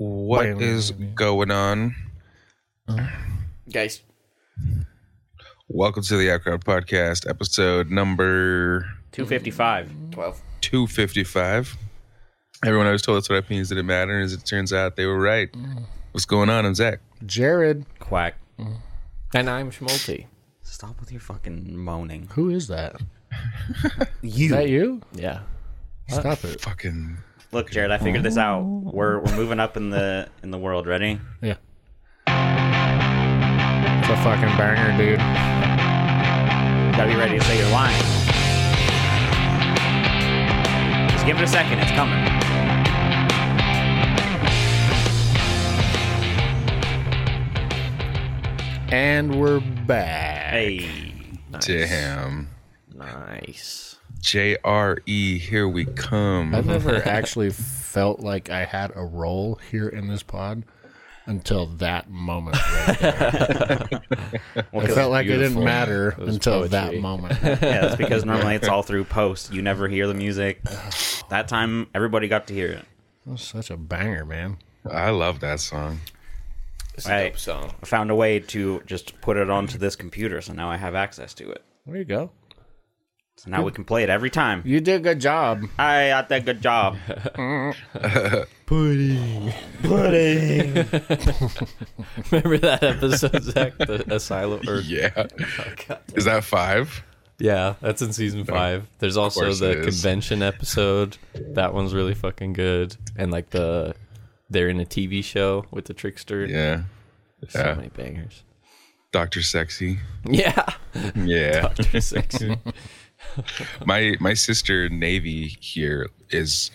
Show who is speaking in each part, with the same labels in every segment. Speaker 1: what is going on?
Speaker 2: Guys,
Speaker 1: Welcome to the Out Crowd Podcast, episode number
Speaker 3: 255.
Speaker 2: 12.
Speaker 1: 255. Everyone always told us what opinions didn't matter, and as it turns out, they were right. What's going on? I'm Zach.
Speaker 4: Jared,
Speaker 3: Quack. And I'm Schmulty.
Speaker 5: Stop with your fucking moaning.
Speaker 4: who is that?
Speaker 5: You.
Speaker 4: Is that you?
Speaker 3: Yeah.
Speaker 4: Stop it.
Speaker 1: Fucking.
Speaker 5: Look, Jared, I figured this out. We're we're moving up in the in the world. Ready?
Speaker 4: Yeah. It's a fucking banger, dude.
Speaker 5: You gotta be ready to say your line. Just give it a second. It's coming.
Speaker 4: And we're back.
Speaker 5: Hey.
Speaker 1: Damn.
Speaker 3: Nice.
Speaker 1: JRE, here we
Speaker 4: I've
Speaker 1: come.
Speaker 4: never actually felt like I had a role here in this pod until that moment. Right there. I felt like it didn't matter until that
Speaker 3: poetry.
Speaker 4: moment.
Speaker 5: Yeah, that's because normally it's all through post. You never hear the music. That time, everybody got to hear it.
Speaker 4: That's such a banger, man.
Speaker 1: I love that song.
Speaker 2: It's a
Speaker 5: Right.
Speaker 2: dope song.
Speaker 5: I found a way to just put it onto this computer, so now I have access to it.
Speaker 4: There you go.
Speaker 5: So now we can play it every time.
Speaker 4: You did a good job.
Speaker 5: I got that good job.
Speaker 3: Remember that episode, Zach? The asylum? Or,
Speaker 1: Yeah. Is that five?
Speaker 3: yeah, that's in season five. There's also
Speaker 1: course
Speaker 3: the
Speaker 1: it is.
Speaker 3: convention episode. That one's really fucking good. And like the, they're in a TV show with the trickster.
Speaker 1: Yeah.
Speaker 3: There's
Speaker 1: yeah.
Speaker 3: So many bangers.
Speaker 1: Dr. Sexy.
Speaker 3: Yeah.
Speaker 1: Yeah.
Speaker 3: Sexy.
Speaker 1: my my sister Navy here is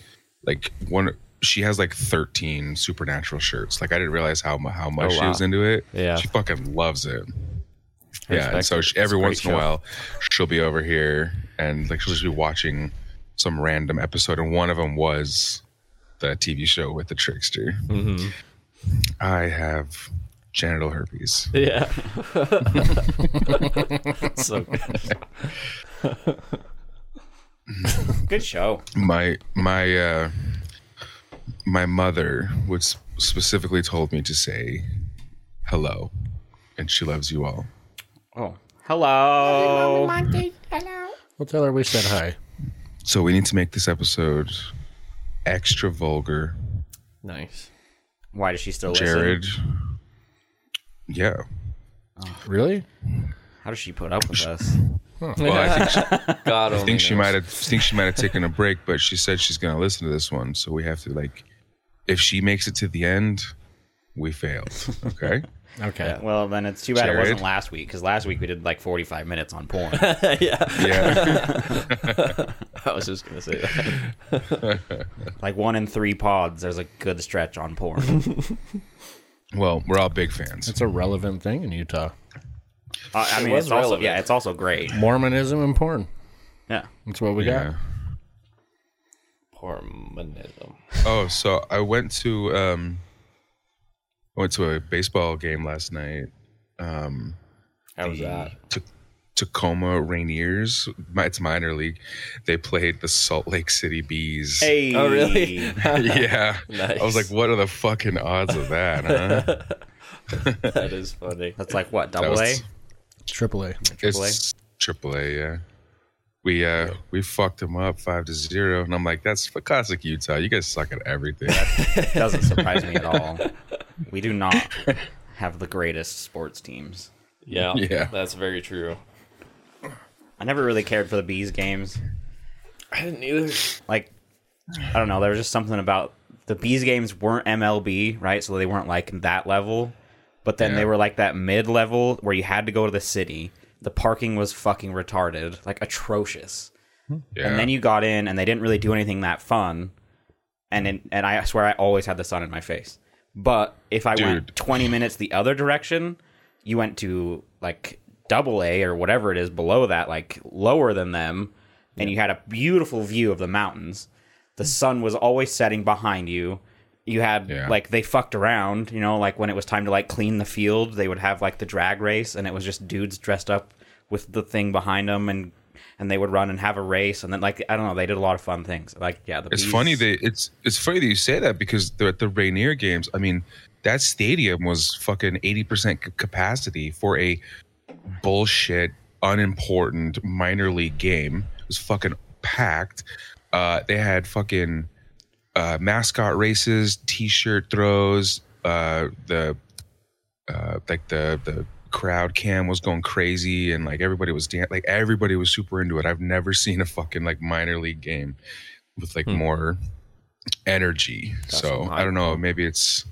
Speaker 1: like one. She has like thirteen supernatural shirts. Like I didn't realize how mu- how much she
Speaker 3: Oh, wow.
Speaker 1: was into it.
Speaker 3: Yeah.
Speaker 1: she fucking loves it. Yeah, and
Speaker 3: Respect
Speaker 1: so
Speaker 3: it.
Speaker 1: she, every
Speaker 3: It's a
Speaker 1: once in a
Speaker 3: great show.
Speaker 1: while, she'll be over here and like she'll just be watching some random episode, and one of them was the TV show with the trickster.
Speaker 3: Mm-hmm.
Speaker 1: I have genital herpes.
Speaker 3: yeah. so good.
Speaker 5: Good show.
Speaker 1: my my uh my mother would s- specifically told me to say hello and she loves you all
Speaker 5: Oh, hello.
Speaker 4: Well, tell her we said hi.
Speaker 1: so we need to make this episode extra vulgar
Speaker 3: Nice.
Speaker 5: Why does she still listen?
Speaker 1: jared yeah
Speaker 4: Really?
Speaker 5: How does she put up with us?
Speaker 1: well i think she,
Speaker 3: God
Speaker 1: I think she might have think she might have taken a break but she said she's gonna listen to this one so we have to like if she makes it to the end we failed okay
Speaker 4: Okay.
Speaker 5: Well, then it's too bad it
Speaker 1: Jared?
Speaker 5: wasn't last week because last week we did like 45 minutes on porn.
Speaker 1: yeah
Speaker 3: I was just gonna say that.
Speaker 5: like one in three pods, there's a good stretch on porn.
Speaker 1: well we're all big fans
Speaker 4: It's a relevant thing in Utah.
Speaker 5: Uh, I mean,
Speaker 3: was
Speaker 5: it's also
Speaker 3: relevant.
Speaker 5: yeah, it's also great.
Speaker 4: Mormonism and porn.
Speaker 5: Yeah,
Speaker 4: That's what we
Speaker 1: yeah
Speaker 4: got.
Speaker 3: Hormonism.
Speaker 1: Oh, so I went to um, I went to a baseball game last night.
Speaker 3: How was that?
Speaker 1: T- Tacoma Rainiers, my- it's minor league. They played the Salt Lake City Bees.
Speaker 5: hey,
Speaker 3: Oh, really?
Speaker 1: Yeah, I was
Speaker 3: Nice.
Speaker 1: like, what are the fucking odds of that? Huh?
Speaker 3: That is funny.
Speaker 5: that's like what
Speaker 1: That
Speaker 5: double A.
Speaker 1: was-
Speaker 4: Triple A.
Speaker 5: Triple A?
Speaker 1: It's triple A, yeah. We uh we fucked them up five to zero, and I'm like, that's for classic Utah. You guys suck at everything.
Speaker 5: Doesn't surprise me at all. We do not have the greatest sports teams.
Speaker 3: Yeah.
Speaker 1: Yeah.
Speaker 3: That's very true.
Speaker 5: I never really cared for the bees games.
Speaker 3: I didn't either.
Speaker 5: Like, I don't know, there was just something about the bees games weren't MLB, right? So they weren't like that level. But then
Speaker 1: Yeah.
Speaker 5: they were like that mid level where you had to go to the city. The parking was fucking retarded, like atrocious.
Speaker 1: Yeah.
Speaker 5: and then you got in and they didn't really do anything that fun and it, and I swear I always had the sun in my face. But if I
Speaker 1: Dude.
Speaker 5: went 20 minutes the other direction, you went to like double A or whatever it is below that, like lower than them, and you had a beautiful view of the mountains. The sun was always setting behind you. You had
Speaker 1: Yeah.
Speaker 5: like they fucked around, you know, like when it was time to like clean the field, they would have like the drag race and it was just dudes dressed up with the thing behind them and and they would run and have a race, and then like I don't know, they did a lot of fun things. Like yeah, the
Speaker 1: It's
Speaker 5: bees-
Speaker 1: funny they it's it's funny that you say that because the, at the Rainier games, I mean, that stadium was fucking eighty percent capacity for a bullshit, unimportant minor league game. It was fucking packed. Uh, they had fucking uh, mascot races, t-shirt throws. Uh, the uh, like the the crowd cam was going crazy and like everybody was dan- like everybody was super into it. I've never seen a fucking like minor league game with like more energy. so I don't know. Maybe it's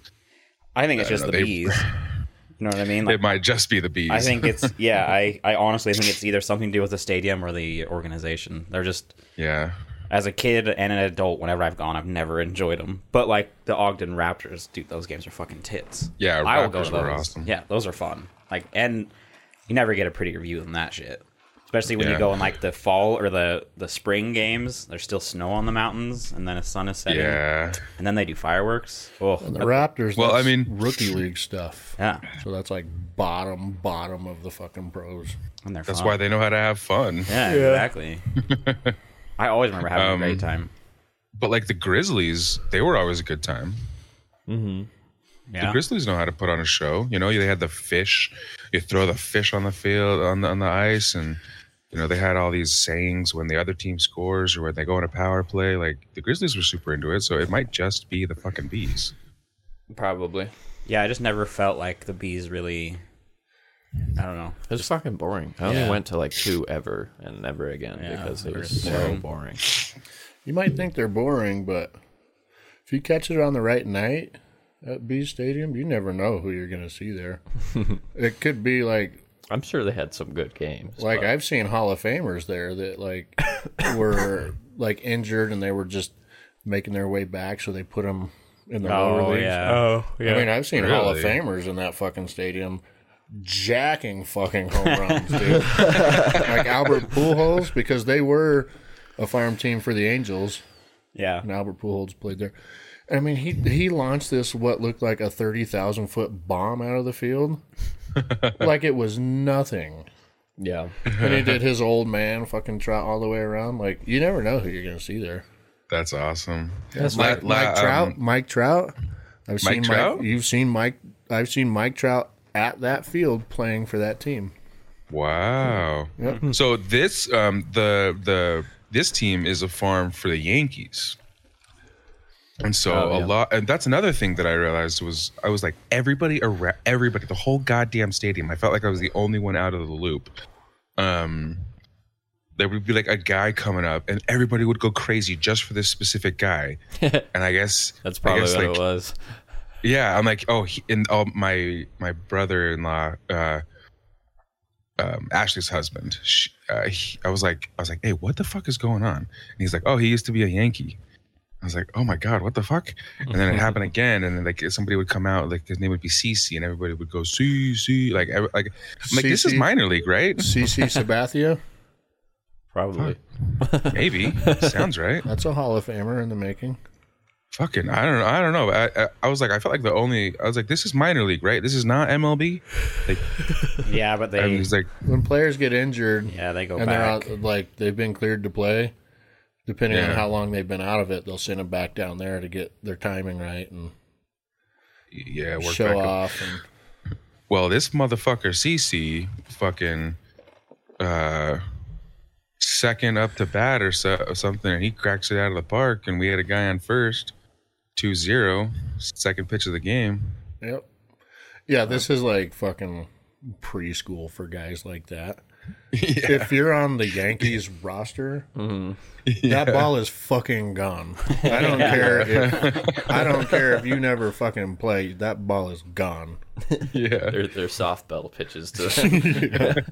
Speaker 5: I think it's
Speaker 1: I
Speaker 5: just
Speaker 1: don't
Speaker 5: the
Speaker 1: know, they-
Speaker 5: bees. You know what I mean? Like,
Speaker 1: it might just be the bees.
Speaker 5: I think it's yeah. I I honestly think it's either something to do with the stadium or the organization. They're just
Speaker 1: yeah.
Speaker 5: as a kid and an adult. Whenever I've gone, I've never enjoyed them. But like the Ogden Raptors, dude, those games are fucking tits.
Speaker 1: Yeah,
Speaker 5: I will go
Speaker 1: Raptors
Speaker 5: to those.
Speaker 1: were awesome.
Speaker 5: Yeah, those are fun. Like and you never get a prettier view than that shit. Especially when
Speaker 1: Yeah.
Speaker 5: you go in like the fall or the the spring games. There's still snow on the mountains, and then the sun is setting.
Speaker 1: Yeah.
Speaker 5: And then they do fireworks. Oh,
Speaker 4: The Raptors.
Speaker 1: Well,
Speaker 4: that's
Speaker 1: I mean-
Speaker 4: rookie league stuff.
Speaker 5: yeah.
Speaker 4: So that's like bottom, bottom of the fucking pros.
Speaker 5: And they're
Speaker 1: That's
Speaker 5: fun.
Speaker 1: why they know how to have fun.
Speaker 5: Yeah, exactly. I always remember having a great
Speaker 1: Um,
Speaker 5: time.
Speaker 1: But like the Grizzlies, they were always a good time.
Speaker 5: Yeah.
Speaker 1: The Grizzlies know how to put on a show. You know, they had the fish. You throw the fish on the field on the on the ice, and you know they had all these sayings when the other team scores or when they go on a power play. Like the Grizzlies were super into it, so it might just be the fucking bees.
Speaker 3: Probably.
Speaker 5: yeah, I just never felt like the bees really. I don't know.
Speaker 3: It was fucking boring. I only
Speaker 4: Yeah.
Speaker 3: went to like two ever and never again because it was so boring.
Speaker 4: You might think they're boring, but if you catch it on the right night at B Stadium, you never know who you're going to see there. it could be like
Speaker 3: I'm sure they had some good games.
Speaker 1: Uh,
Speaker 4: like I've seen Hall of Famers there that like were like injured and they were just making their way back, so they put them in the lower leagues.
Speaker 2: Oh, yeah.
Speaker 4: I mean, I've seen Hall of
Speaker 1: Really?
Speaker 4: Famers in that fucking stadium jacking fucking home runs, dude. like Albert Pujols, because they were a farm team for the Angels,
Speaker 5: Yeah.
Speaker 4: and Albert Pujols played there. I mean, he he launched this what looked like a thirty thousand foot bomb out of the field, like it was nothing.
Speaker 3: yeah.
Speaker 4: And he did his old man fucking trot all the way around. Like you never know who you're gonna see there.
Speaker 1: That's awesome. La-
Speaker 4: Mike,
Speaker 1: la-
Speaker 4: Mike Trout.
Speaker 1: um,
Speaker 4: Mike Trout. I've
Speaker 1: Mike
Speaker 4: seen
Speaker 1: Trout?
Speaker 4: Mike. You've seen Mike. I've seen Mike Trout at that field playing for that team.
Speaker 1: wow.
Speaker 3: Hmm.
Speaker 1: So this um, the the this team is a farm for the Yankees. And so
Speaker 3: Oh,
Speaker 1: a lot, and that's another thing that I realized was I was like everybody around, everybody, the whole goddamn stadium. I felt like I was the only one out of the loop. Um, there would be like a guy coming up, and everybody would go crazy just for this specific guy. and I guess
Speaker 3: That's
Speaker 1: I
Speaker 3: probably
Speaker 1: guess,
Speaker 3: what
Speaker 1: like,
Speaker 3: it was.
Speaker 1: yeah, I'm like, oh, he, and oh, my my brother-in-law, uh, um, Ashley's husband. She, uh, he, I was like, I was like, hey, what the fuck is going on? And he's like, oh, he used to be a Yankee. I was like, oh my god, what the fuck? And then it happened again, and then like somebody would come out, like his name would be CC, and everybody would go CC, like every, like I'm like, this is
Speaker 4: CC?
Speaker 1: minor league, right?
Speaker 4: CC Sabathia.
Speaker 3: Probably.
Speaker 1: Maybe sounds right.
Speaker 4: That's a Hall of Famer in the making.
Speaker 1: Fucking, I don't know, I don't know. I, I I was like, I felt like the only, I was like, this is minor league, right? This is not MLB. Like,
Speaker 5: Yeah, but
Speaker 1: and
Speaker 5: they.
Speaker 1: he's like,
Speaker 4: When players get injured
Speaker 5: Yeah, they go
Speaker 4: and they're
Speaker 5: back.
Speaker 4: out, like they've been cleared to play, depending on
Speaker 1: Yeah.
Speaker 4: how long they've been out of it, they'll send them back down there to get their timing right and
Speaker 1: yeah, work
Speaker 4: show
Speaker 1: back up.
Speaker 4: off. And
Speaker 1: well, this motherfucker CC fucking uh second up to bat or, so, or something, and he cracks it out of the park. And we had a guy on first, 2-0, second pitch of the game.
Speaker 4: Yep. Yeah, this
Speaker 1: Uh,
Speaker 4: is like fucking preschool for guys like that. If you're on the Yankees roster,
Speaker 1: Mm-hmm.
Speaker 4: that ball is fucking gone. I don't care. If, I don't care if you never fucking play. That ball is gone.
Speaker 1: Yeah,
Speaker 3: They're, they're softball pitches to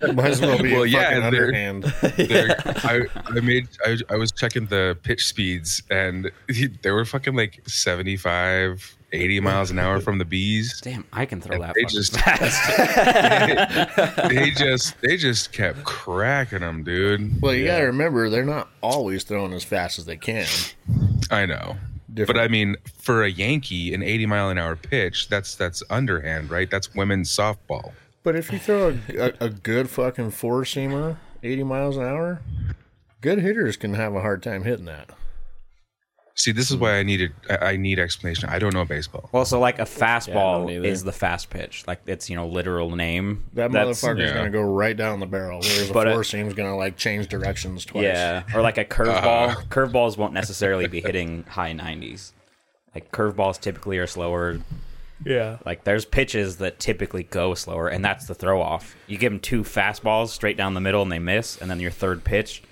Speaker 4: Might as well be
Speaker 1: Well,
Speaker 4: a
Speaker 1: yeah,
Speaker 4: fucking
Speaker 1: they're-
Speaker 4: underhand.
Speaker 1: There- I, I made I, I was checking the pitch speeds, and he, they were fucking like 75, 80 miles an hour from the bees.
Speaker 5: Damn, I can throw that.
Speaker 1: They
Speaker 5: fucking-
Speaker 1: just they, they just they just kept cracking them, dude.
Speaker 4: Well, you got to remember they're not always throwing as fast as they can.
Speaker 1: I know,
Speaker 4: Different-
Speaker 1: But I mean, for a Yankee, an 80 mile an hour pitch, that's that's underhand, right? That's women's softball.
Speaker 4: But if you throw a, a, a good fucking four seamer 80 miles an hour, good hitters can have a hard time hitting that.
Speaker 1: See, this is why I needed I I need explanation. I don't know baseball.
Speaker 5: Well, so like a fastball
Speaker 3: either.
Speaker 5: is the fast pitch, like it's you know literal name.
Speaker 4: That
Speaker 5: That's-
Speaker 4: motherfucker's
Speaker 1: yeah.
Speaker 4: gonna go right down the barrel, whereas a
Speaker 5: But, uh,
Speaker 4: four seam's gonna like change directions twice.
Speaker 5: Yeah, or like a curveball.
Speaker 1: Uh-huh.
Speaker 5: Curveballs won't necessarily be hitting high nineties. Like curveballs typically are slower.
Speaker 3: Yeah.
Speaker 5: Like there's pitches that typically go slower, and that's the throw off. You give them two fastballs straight down the middle, and they miss. And then your third pitch,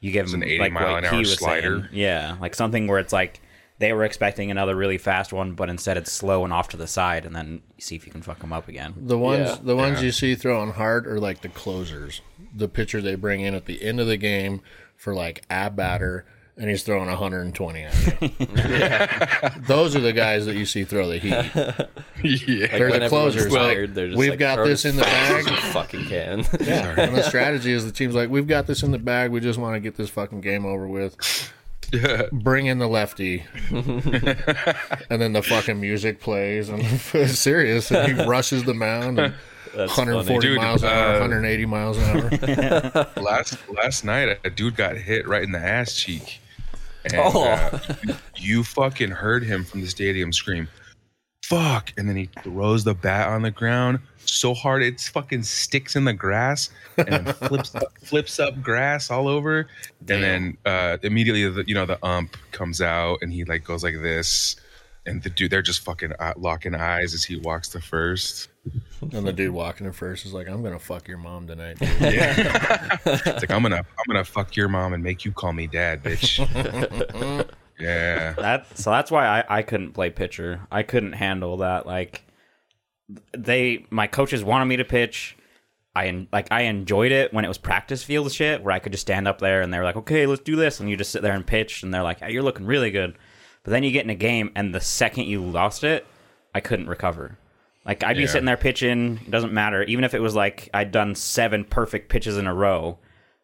Speaker 5: you give them
Speaker 1: an 80
Speaker 5: like
Speaker 1: mile
Speaker 5: what
Speaker 1: an
Speaker 5: he
Speaker 1: hour
Speaker 5: was
Speaker 1: slider.
Speaker 5: Saying. Yeah, like something where it's like they were expecting another really fast one, but instead it's slow and off to the side, and then you see if you can fuck them up again.
Speaker 4: The ones
Speaker 3: Yeah.
Speaker 4: the ones you see throwing hard are like the closers. The pitcher they bring in at the end of the game for like a batter and he's throwing 120 at you. Those are the guys that you see throw the heat.
Speaker 1: yeah.
Speaker 4: They're the
Speaker 3: Whenever everyone's
Speaker 4: closers.
Speaker 3: tired,
Speaker 4: Like,
Speaker 3: they're just
Speaker 4: we've
Speaker 3: like,
Speaker 4: got
Speaker 3: throw it
Speaker 4: this
Speaker 3: as
Speaker 4: in the
Speaker 3: fast as
Speaker 4: bag.
Speaker 3: you fucking can.
Speaker 4: and the strategy is the team's like, we've got this in the bag. We just want to get this fucking game over with. Bring in the lefty, and then the fucking music plays, and it's serious, and he rushes the mound, and 140
Speaker 1: funny. Dude,
Speaker 4: miles an hour,
Speaker 1: uh,
Speaker 4: 180 miles an hour.
Speaker 1: last last night a dude got hit right in the ass cheek. And
Speaker 3: Oh.
Speaker 1: uh, you fucking heard him from the stadium scream, fuck. And then he throws the bat on the ground so hard it fucking sticks in the grass and then flips up, flips up grass all over. And then uh, immediately, the, you know, the ump comes out and he like goes like this. And the dude, they're just fucking uh, locking eyes as he walks the first.
Speaker 4: and the dude walking in first is like, "I'm gonna fuck your mom tonight." dude."
Speaker 1: It's like I'm gonna I'm gonna fuck your mom and make you call me dad, bitch. yeah.
Speaker 5: that so that's why I, I couldn't play pitcher. I couldn't handle that. Like they my coaches wanted me to pitch. I en- like I enjoyed it when it was practice field shit where I could just stand up there and they were like, "Okay, let's do this." And you just sit there and pitch and they're like, hey, "You're looking really good." But then you get in a game and the second you lost it, I couldn't recover. Like I'd be
Speaker 1: Yeah.
Speaker 5: sitting there pitching, it doesn't matter, even if it was like I'd done 7 perfect pitches in a row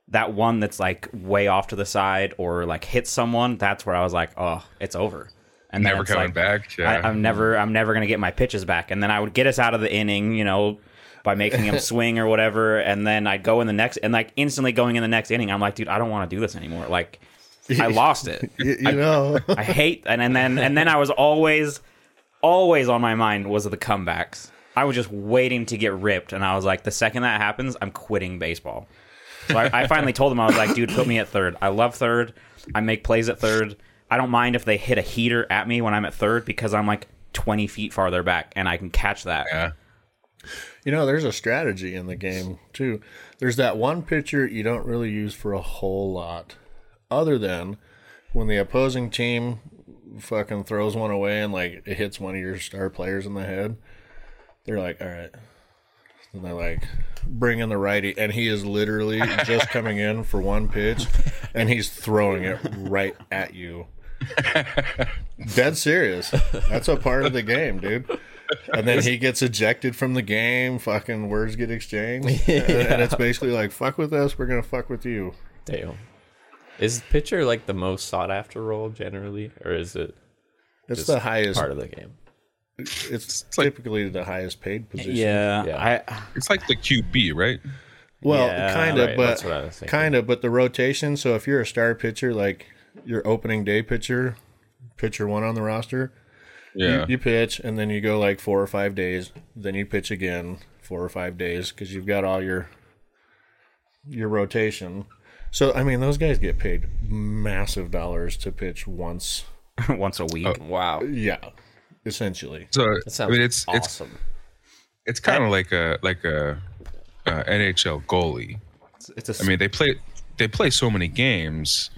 Speaker 5: that one that's like way off to the side or like hits someone, that's where I was like, oh, it's over. And then
Speaker 1: Never
Speaker 5: it's
Speaker 1: coming
Speaker 5: like,
Speaker 1: back, yeah.
Speaker 5: I, I'm never, I'm never gonna get my pitches back. And then I would get us out of the inning, you know, by making him swing or whatever. And then I'd go in the next, and like instantly going in the next inning, I'm like, dude, I don't want to do this anymore. Like, I lost it.
Speaker 4: you, you know,
Speaker 5: I hate and, and then and then I was always always on my mind was the comebacks. I was just waiting to get ripped and I was like, the second that happens, I'm quitting baseball. So I, I finally told him I was like, dude, put me at third. I love third. I make plays at third. I don't mind if they hit a heater at me when I'm at third because I'm like twenty feet farther back and I can catch that.
Speaker 1: Yeah.
Speaker 4: you know, there's a strategy in the game too. There's that one pitcher you don't really use for a whole lot, other than when the opposing team fucking throws one away and like it hits one of your star players in the head. They're like, all right. And they like bring in the righty, and he is literally just coming in for one pitch, and he's throwing it right at you. Dead serious. That's a part of the game, dude. And then he gets ejected from the game. Fucking words get exchanged, and, and it's basically like, "Fuck with us, we're gonna fuck with you."
Speaker 3: Damn. Is pitcher like the most sought after role generally, or is it
Speaker 4: It's the highest.
Speaker 3: part of the game?
Speaker 4: it's
Speaker 1: like-
Speaker 4: typically the highest paid position.
Speaker 5: Yeah,
Speaker 3: Yeah.
Speaker 5: I
Speaker 1: It's like the QB, right?
Speaker 4: Well,
Speaker 5: Yeah,
Speaker 4: kind of,
Speaker 3: right,
Speaker 4: but
Speaker 3: that's what I was thinking.
Speaker 4: kind of, but the rotation. So if you're a star pitcher, like your opening day pitcher, pitcher one on the roster,
Speaker 1: Yeah.
Speaker 4: you pitch, and then you go like four or five days, then you pitch again four or five days because you've got all your your rotation. So I mean, those guys get paid massive dollars to pitch once.
Speaker 5: once a
Speaker 1: Oh,
Speaker 5: week.
Speaker 3: Wow.
Speaker 4: Yeah, essentially.
Speaker 1: so I
Speaker 3: Sounds
Speaker 1: mean, it's it's
Speaker 3: awesome.
Speaker 1: it's kind of like a like a uh, NHL goalie.
Speaker 5: It's, it's a
Speaker 1: I mean, they play they play so many games.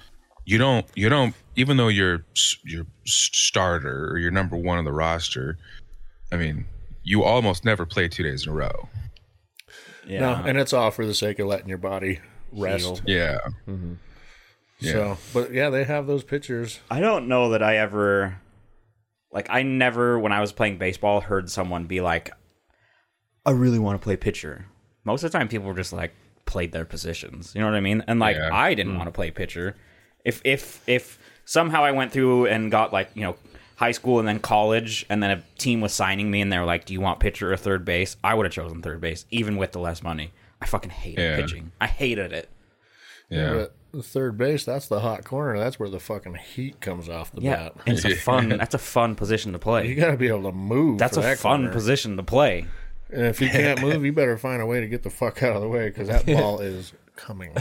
Speaker 1: You don't you don't even though you're s- your starter or you're number one on the roster. I mean, you almost never play two days in a row.
Speaker 5: yeah.
Speaker 4: No, and it's all for the sake of letting your body rest.
Speaker 1: Yeah.
Speaker 4: So, but yeah, they have those pitchers.
Speaker 5: I don't know that I ever like I never when I was playing baseball heard someone be like I really want to play pitcher. Most of the time people were just like played their positions. You know what I mean? And like
Speaker 1: Yeah. Hmm.
Speaker 5: I didn't want to play pitcher. If if if somehow I went through and got like, you know, high school and then college and then a team was signing me and they were like, "Do you want pitcher or third base?" I would have chosen third base even with the less money. I fucking hated
Speaker 1: Yeah.
Speaker 5: pitching. I hated it.
Speaker 1: Yeah.
Speaker 4: But third base, that's the hot corner. That's where the fucking heat comes off the
Speaker 5: Yeah,
Speaker 4: bat.
Speaker 5: and it's a fun. That's a fun position to
Speaker 4: You
Speaker 5: play.
Speaker 4: got to be able to move.
Speaker 5: That's
Speaker 4: for
Speaker 5: a
Speaker 4: that
Speaker 5: fun
Speaker 4: corner.
Speaker 5: position to play.
Speaker 4: And if you can't move, you better find a way to get the fuck out of the way because that ball is coming.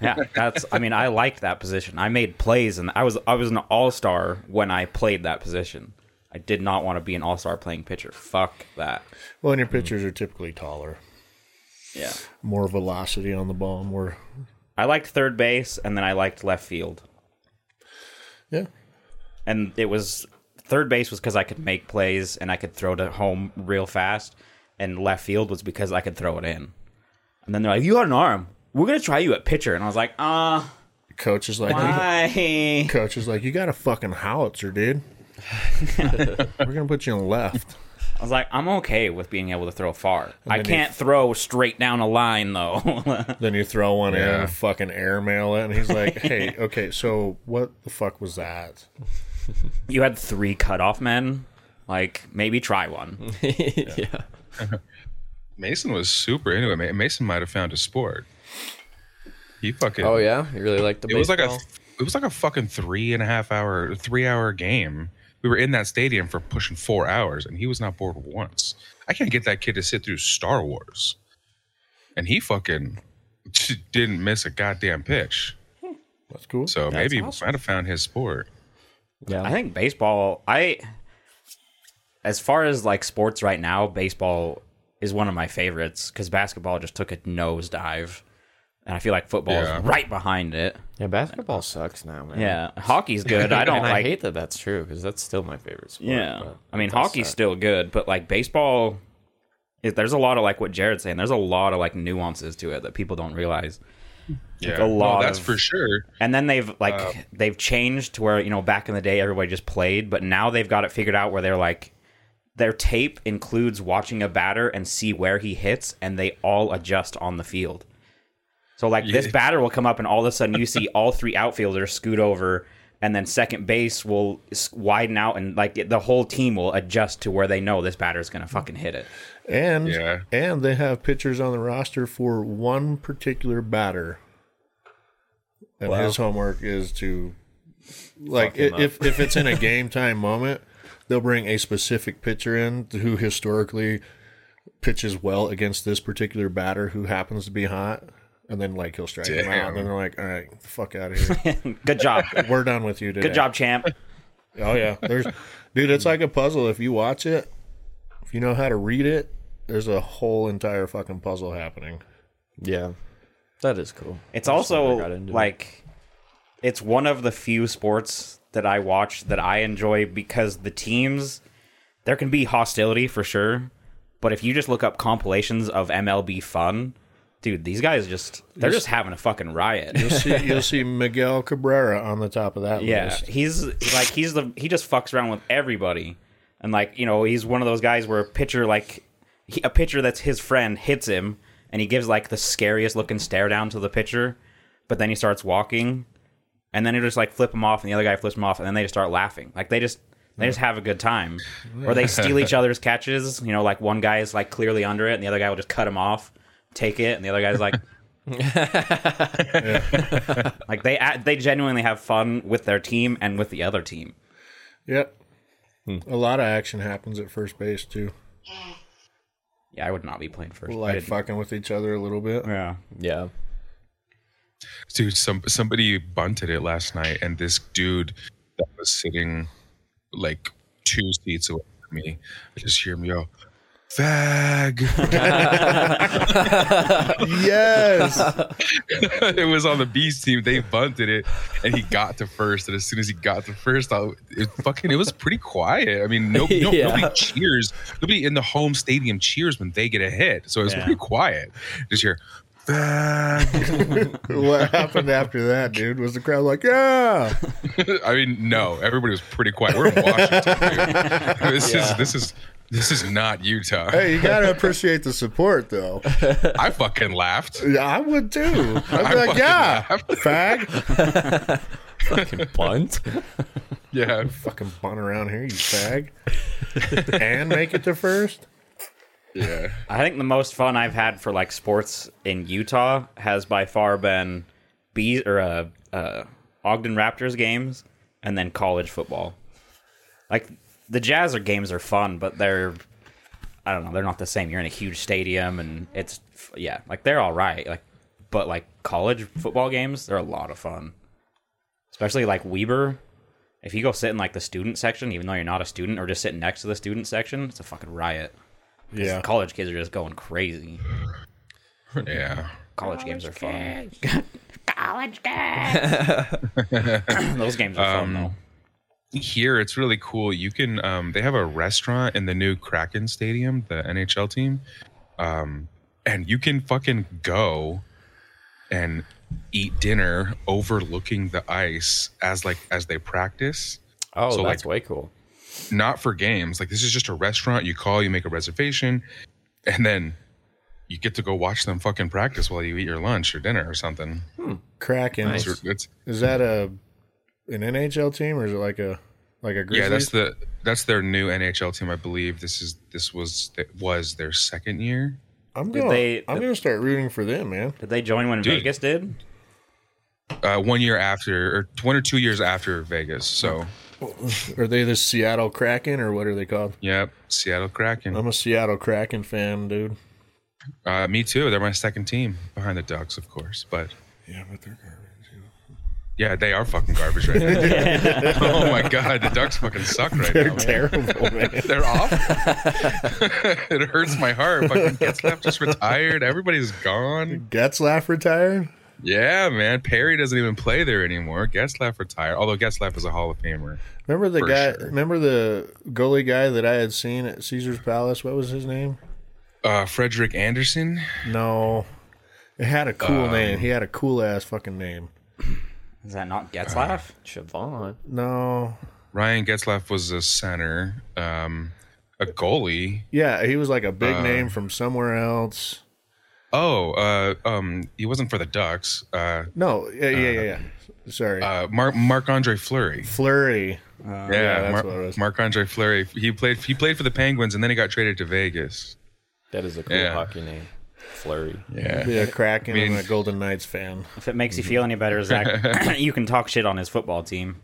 Speaker 5: Yeah, that's. I mean, I liked that position. I made plays, and I was I was an all star when I played that position. I did not want to be an all star playing pitcher. Fuck that.
Speaker 4: Well, and your pitchers are typically taller,
Speaker 5: Yeah,
Speaker 4: more velocity on the ball, more.
Speaker 5: I liked third base, and then I liked left field,
Speaker 4: Yeah.
Speaker 5: and it was third base was because I could make plays and I could throw to home real fast, and left field was because I could throw it in. And then they're like, "You got an arm. We're gonna try you at pitcher," and I was like, "Ah,
Speaker 4: Coach is like,
Speaker 5: why?"
Speaker 4: coach is like, you got a fucking howitzer, dude. We're gonna put you in left.
Speaker 5: I was like, I'm okay with being able to throw far. I
Speaker 4: then
Speaker 5: can't throw straight down a line though.
Speaker 4: Then you throw one in
Speaker 1: Yeah.
Speaker 4: and fucking airmail it, and he's like, "Hey, okay, so what the fuck was that?"
Speaker 5: you had three cutoff men. Like maybe try one.
Speaker 3: yeah.
Speaker 1: Mason was super into it. Ma- Mason might have found a sport. He fucking.
Speaker 3: Oh yeah, you really like the.
Speaker 1: It was like a. It was like a fucking three and a half hour, three hour game. We were in that stadium for pushing four hours, and he was not bored once. I can't get that kid to sit through Star Wars, and he fucking didn't miss a goddamn pitch.
Speaker 4: That's cool.
Speaker 1: So maybe he might have found his sport.
Speaker 3: yeah.
Speaker 5: I think baseball. I as far as like sports right now, baseball is one of my favorites because basketball just took a nosedive, and I feel like football
Speaker 1: Yeah.
Speaker 5: is right behind it.
Speaker 3: yeah, basketball sucks now, man.
Speaker 5: Yeah, hockey's good. I
Speaker 3: I
Speaker 5: don't
Speaker 3: and I
Speaker 5: like
Speaker 3: hate that that's true because that's still my favorite sport.
Speaker 5: Yeah,
Speaker 3: but
Speaker 5: I mean
Speaker 3: it does
Speaker 5: hockey's
Speaker 3: suck.
Speaker 5: still good, but like baseball, it, there's a lot of like what Jared's saying. There's a lot of like nuances to it that people don't realize.
Speaker 1: Yeah,
Speaker 5: a lot
Speaker 1: that's
Speaker 5: of-
Speaker 1: for sure.
Speaker 5: And then they've like they've changed to where you know back in the day everybody just played, but now they've got it figured out where they're like their tape includes watching a batter and see where he hits, and they all adjust on the field. So like this batter will come up, and all of a sudden you see all three outfielders scoot over, and then second base will s- widen out, and like the whole team will adjust to where they know this batter's gonna fucking hit it.
Speaker 4: And
Speaker 1: Yeah.
Speaker 4: and they have pitchers on the roster for one particular batter. And his homework is to like i- if if it's in a game time moment, they'll bring a specific pitcher in who historically pitches well against this particular batter who happens to be hot. And then like he'll strike him out,
Speaker 1: Damn.
Speaker 4: and then they're like, "All right, the fuck out of here.
Speaker 5: Good job,
Speaker 4: We're done with you today."
Speaker 5: good job, champ.
Speaker 4: Oh yeah, there's, dude. It's like a puzzle. If you watch it, if you know how to read it, there's a whole entire fucking puzzle happening.
Speaker 3: Yeah, that is cool.
Speaker 5: It's
Speaker 3: why I
Speaker 5: also
Speaker 3: got into it.
Speaker 5: like it's one of the few sports that I watch that I enjoy because the teams there can be hostility for sure, but if you just look up compilations of MLB fun, dude, these guys just they're just having a fucking riot.
Speaker 4: You'll see, you'll see Miguel Cabrera on the top of that
Speaker 5: Yeah,
Speaker 4: list.
Speaker 5: he's like he's the he just fucks around with everybody, and like you know he's one of those guys where a pitcher like he, a pitcher that's his friend hits him, and he gives like the scariest looking stare down to the pitcher, but then he starts walking, and then he just like flip him off, and the other guy flips him off, and then they just start laughing. Like they just they just have a good time, or they steal each other's catches. You know, like one guy is like clearly under it, and the other guy will just cut him off, take it, and the other guy's like. Like they act- they genuinely have fun with their team and with the other team.
Speaker 4: Yep. A lot of action happens at first base too.
Speaker 5: Yeah, I would not be playing first. I
Speaker 4: Like
Speaker 5: didn't-
Speaker 4: fucking with each other a little bit.
Speaker 5: yeah.
Speaker 3: Yeah,
Speaker 1: dude some somebody bunted it last night and this dude that was sitting like two seats away from me i just hear him yell fag
Speaker 4: Yes.
Speaker 1: it was on the beast team they bunted it and he got to first and as soon as he got to first I, it fucking it was pretty quiet i mean no, no-
Speaker 3: Yeah.
Speaker 1: nobody cheers nobody in the home stadium cheers when they get a hit so it's
Speaker 5: Yeah.
Speaker 1: pretty quiet just hear fag
Speaker 4: what happened after that, dude? Was the crowd like, yeah?
Speaker 1: I mean, no, everybody was pretty quiet. We're in Washington. dude. This is this is this is not Utah.
Speaker 4: Hey, you gotta appreciate the support, though.
Speaker 1: I fucking laughed.
Speaker 4: Yeah, I would too. I'd
Speaker 1: I
Speaker 4: be like,
Speaker 1: fucking
Speaker 4: yeah,
Speaker 1: laughed.
Speaker 4: fag.
Speaker 3: fucking bunt.
Speaker 1: Yeah,
Speaker 4: fucking bunt around here, you fag. and make it to first.
Speaker 1: yeah.
Speaker 5: I think the most fun I've had for like sports in Utah has by far been Bees or uh, uh, Ogden Raptors games and then college football. Like the Jazz are games are fun, but they're I don't know, they're not the same. You're in a huge stadium and it's yeah, like they're all right. Like but like college football games, they're a lot of fun. Especially like Weber. If you go sit in like the student section, even though you're not a student, or just sit next to the student section, it's a fucking riot. 'Cause
Speaker 4: Yeah.
Speaker 5: College kids are just going crazy.
Speaker 1: Yeah.
Speaker 5: College, games are fun. college games. Those games are fun though.
Speaker 1: Here it's really cool. You can um they have a restaurant in the new Kraken Stadium, the NHL team. Um and you can fucking go and eat dinner overlooking the ice as like as they practice.
Speaker 3: Oh,
Speaker 1: So,
Speaker 3: that's
Speaker 1: like-
Speaker 3: way cool.
Speaker 1: not for games. Like this is just a restaurant. You call, you make a reservation, and then you get to go watch them fucking practice while you eat your lunch or dinner or something.
Speaker 4: Kraken.
Speaker 1: It's- it's-
Speaker 4: Is that a an NHL team or is it like a like a Grizzlies?
Speaker 1: yeah, that's the that's their new NHL team, I believe. This is this was it was their second year.
Speaker 4: I'm gonna
Speaker 5: they-
Speaker 4: I'm
Speaker 5: did-
Speaker 4: gonna start rooting for them, man.
Speaker 5: Did they join when
Speaker 1: Dude.
Speaker 5: Vegas did?
Speaker 1: Uh, one year after, or one or two years after Vegas. So,
Speaker 4: Are they the Seattle Kraken or what are they called?
Speaker 1: yep, Seattle Kraken.
Speaker 4: I'm a Seattle Kraken fan, dude.
Speaker 1: Uh, me too. They're my second team behind the Ducks, of course. But
Speaker 4: Yeah, but they're garbage.
Speaker 1: yeah, they are fucking garbage right now. oh my god, the Ducks fucking suck right now.
Speaker 4: They're
Speaker 1: man.
Speaker 4: terrible, man.
Speaker 1: They're off. it hurts my heart. Fucking Getzlaff just retired. Everybody's gone.
Speaker 4: Getzlaff retired.
Speaker 1: Yeah, man. Perry doesn't even play there anymore. Getzlaff retired. Although Getzlaff is a Hall of Famer.
Speaker 4: Remember the
Speaker 1: For
Speaker 4: guy?
Speaker 1: sure.
Speaker 4: Remember the goalie guy that I had seen at Caesar's Palace? What was his name?
Speaker 1: Uh, Frederick Anderson.
Speaker 4: No, it had a cool name. He had a cool ass fucking name.
Speaker 5: Is that not Getzlaff?
Speaker 3: Siobhan.
Speaker 4: No,
Speaker 1: Ryan Getzlaff was a center, um, a goalie.
Speaker 4: yeah, he was like a big name from somewhere else.
Speaker 1: Oh, uh, um, he wasn't for the Ducks. Uh,
Speaker 4: No, yeah, yeah, yeah. yeah. Sorry,
Speaker 1: uh, Mark Marc Andre Fleury.
Speaker 4: Flurry.
Speaker 1: yeah,
Speaker 4: Uh, that's
Speaker 1: Mar-
Speaker 4: what it was.
Speaker 1: Marc Andre Fleury. He played. He played for the Penguins, and then he got traded to Vegas.
Speaker 3: That is a cool
Speaker 1: Yeah.
Speaker 3: hockey name. Flurry.
Speaker 1: Yeah.
Speaker 4: Yeah, Kraken.
Speaker 1: mean-
Speaker 4: I'm a Golden Knights fan.
Speaker 5: If it makes you feel any better, Zach, you can talk shit on his football team.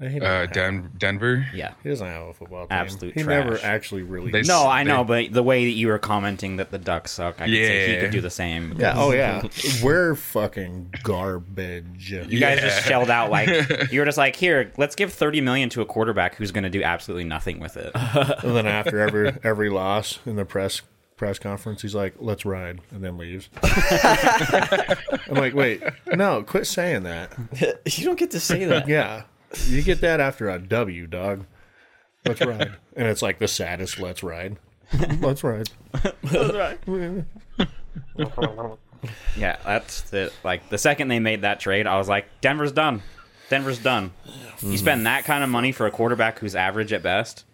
Speaker 4: He doesn't,
Speaker 1: Uh, Den- Denver.
Speaker 5: Yeah.
Speaker 4: he doesn't have a football team.
Speaker 5: Absolute
Speaker 4: he
Speaker 5: trash.
Speaker 4: never actually really.
Speaker 1: They-
Speaker 5: No, I
Speaker 1: They-
Speaker 5: know, but the way that you were commenting that the Ducks suck, I could say he
Speaker 1: Yeah.
Speaker 5: could do the same.
Speaker 4: yeah, oh yeah, we're fucking garbage.
Speaker 5: You guys just shelled out like you were just like, here, let's give thirty million to a quarterback who's going to do absolutely nothing with it.
Speaker 4: And then after every every loss in the press press conference, he's like, "Let's ride," and then leaves. I'm like, "Wait, no, quit saying that."
Speaker 3: you don't get to say that.
Speaker 4: Yeah, you get that after a W, dog. Let's ride, and it's like the saddest. Let's ride. Let's ride.
Speaker 5: yeah, that's the like the second they made that trade, I was like, Denver's done. Denver's done. You spend that kind of money for a quarterback who's average at best.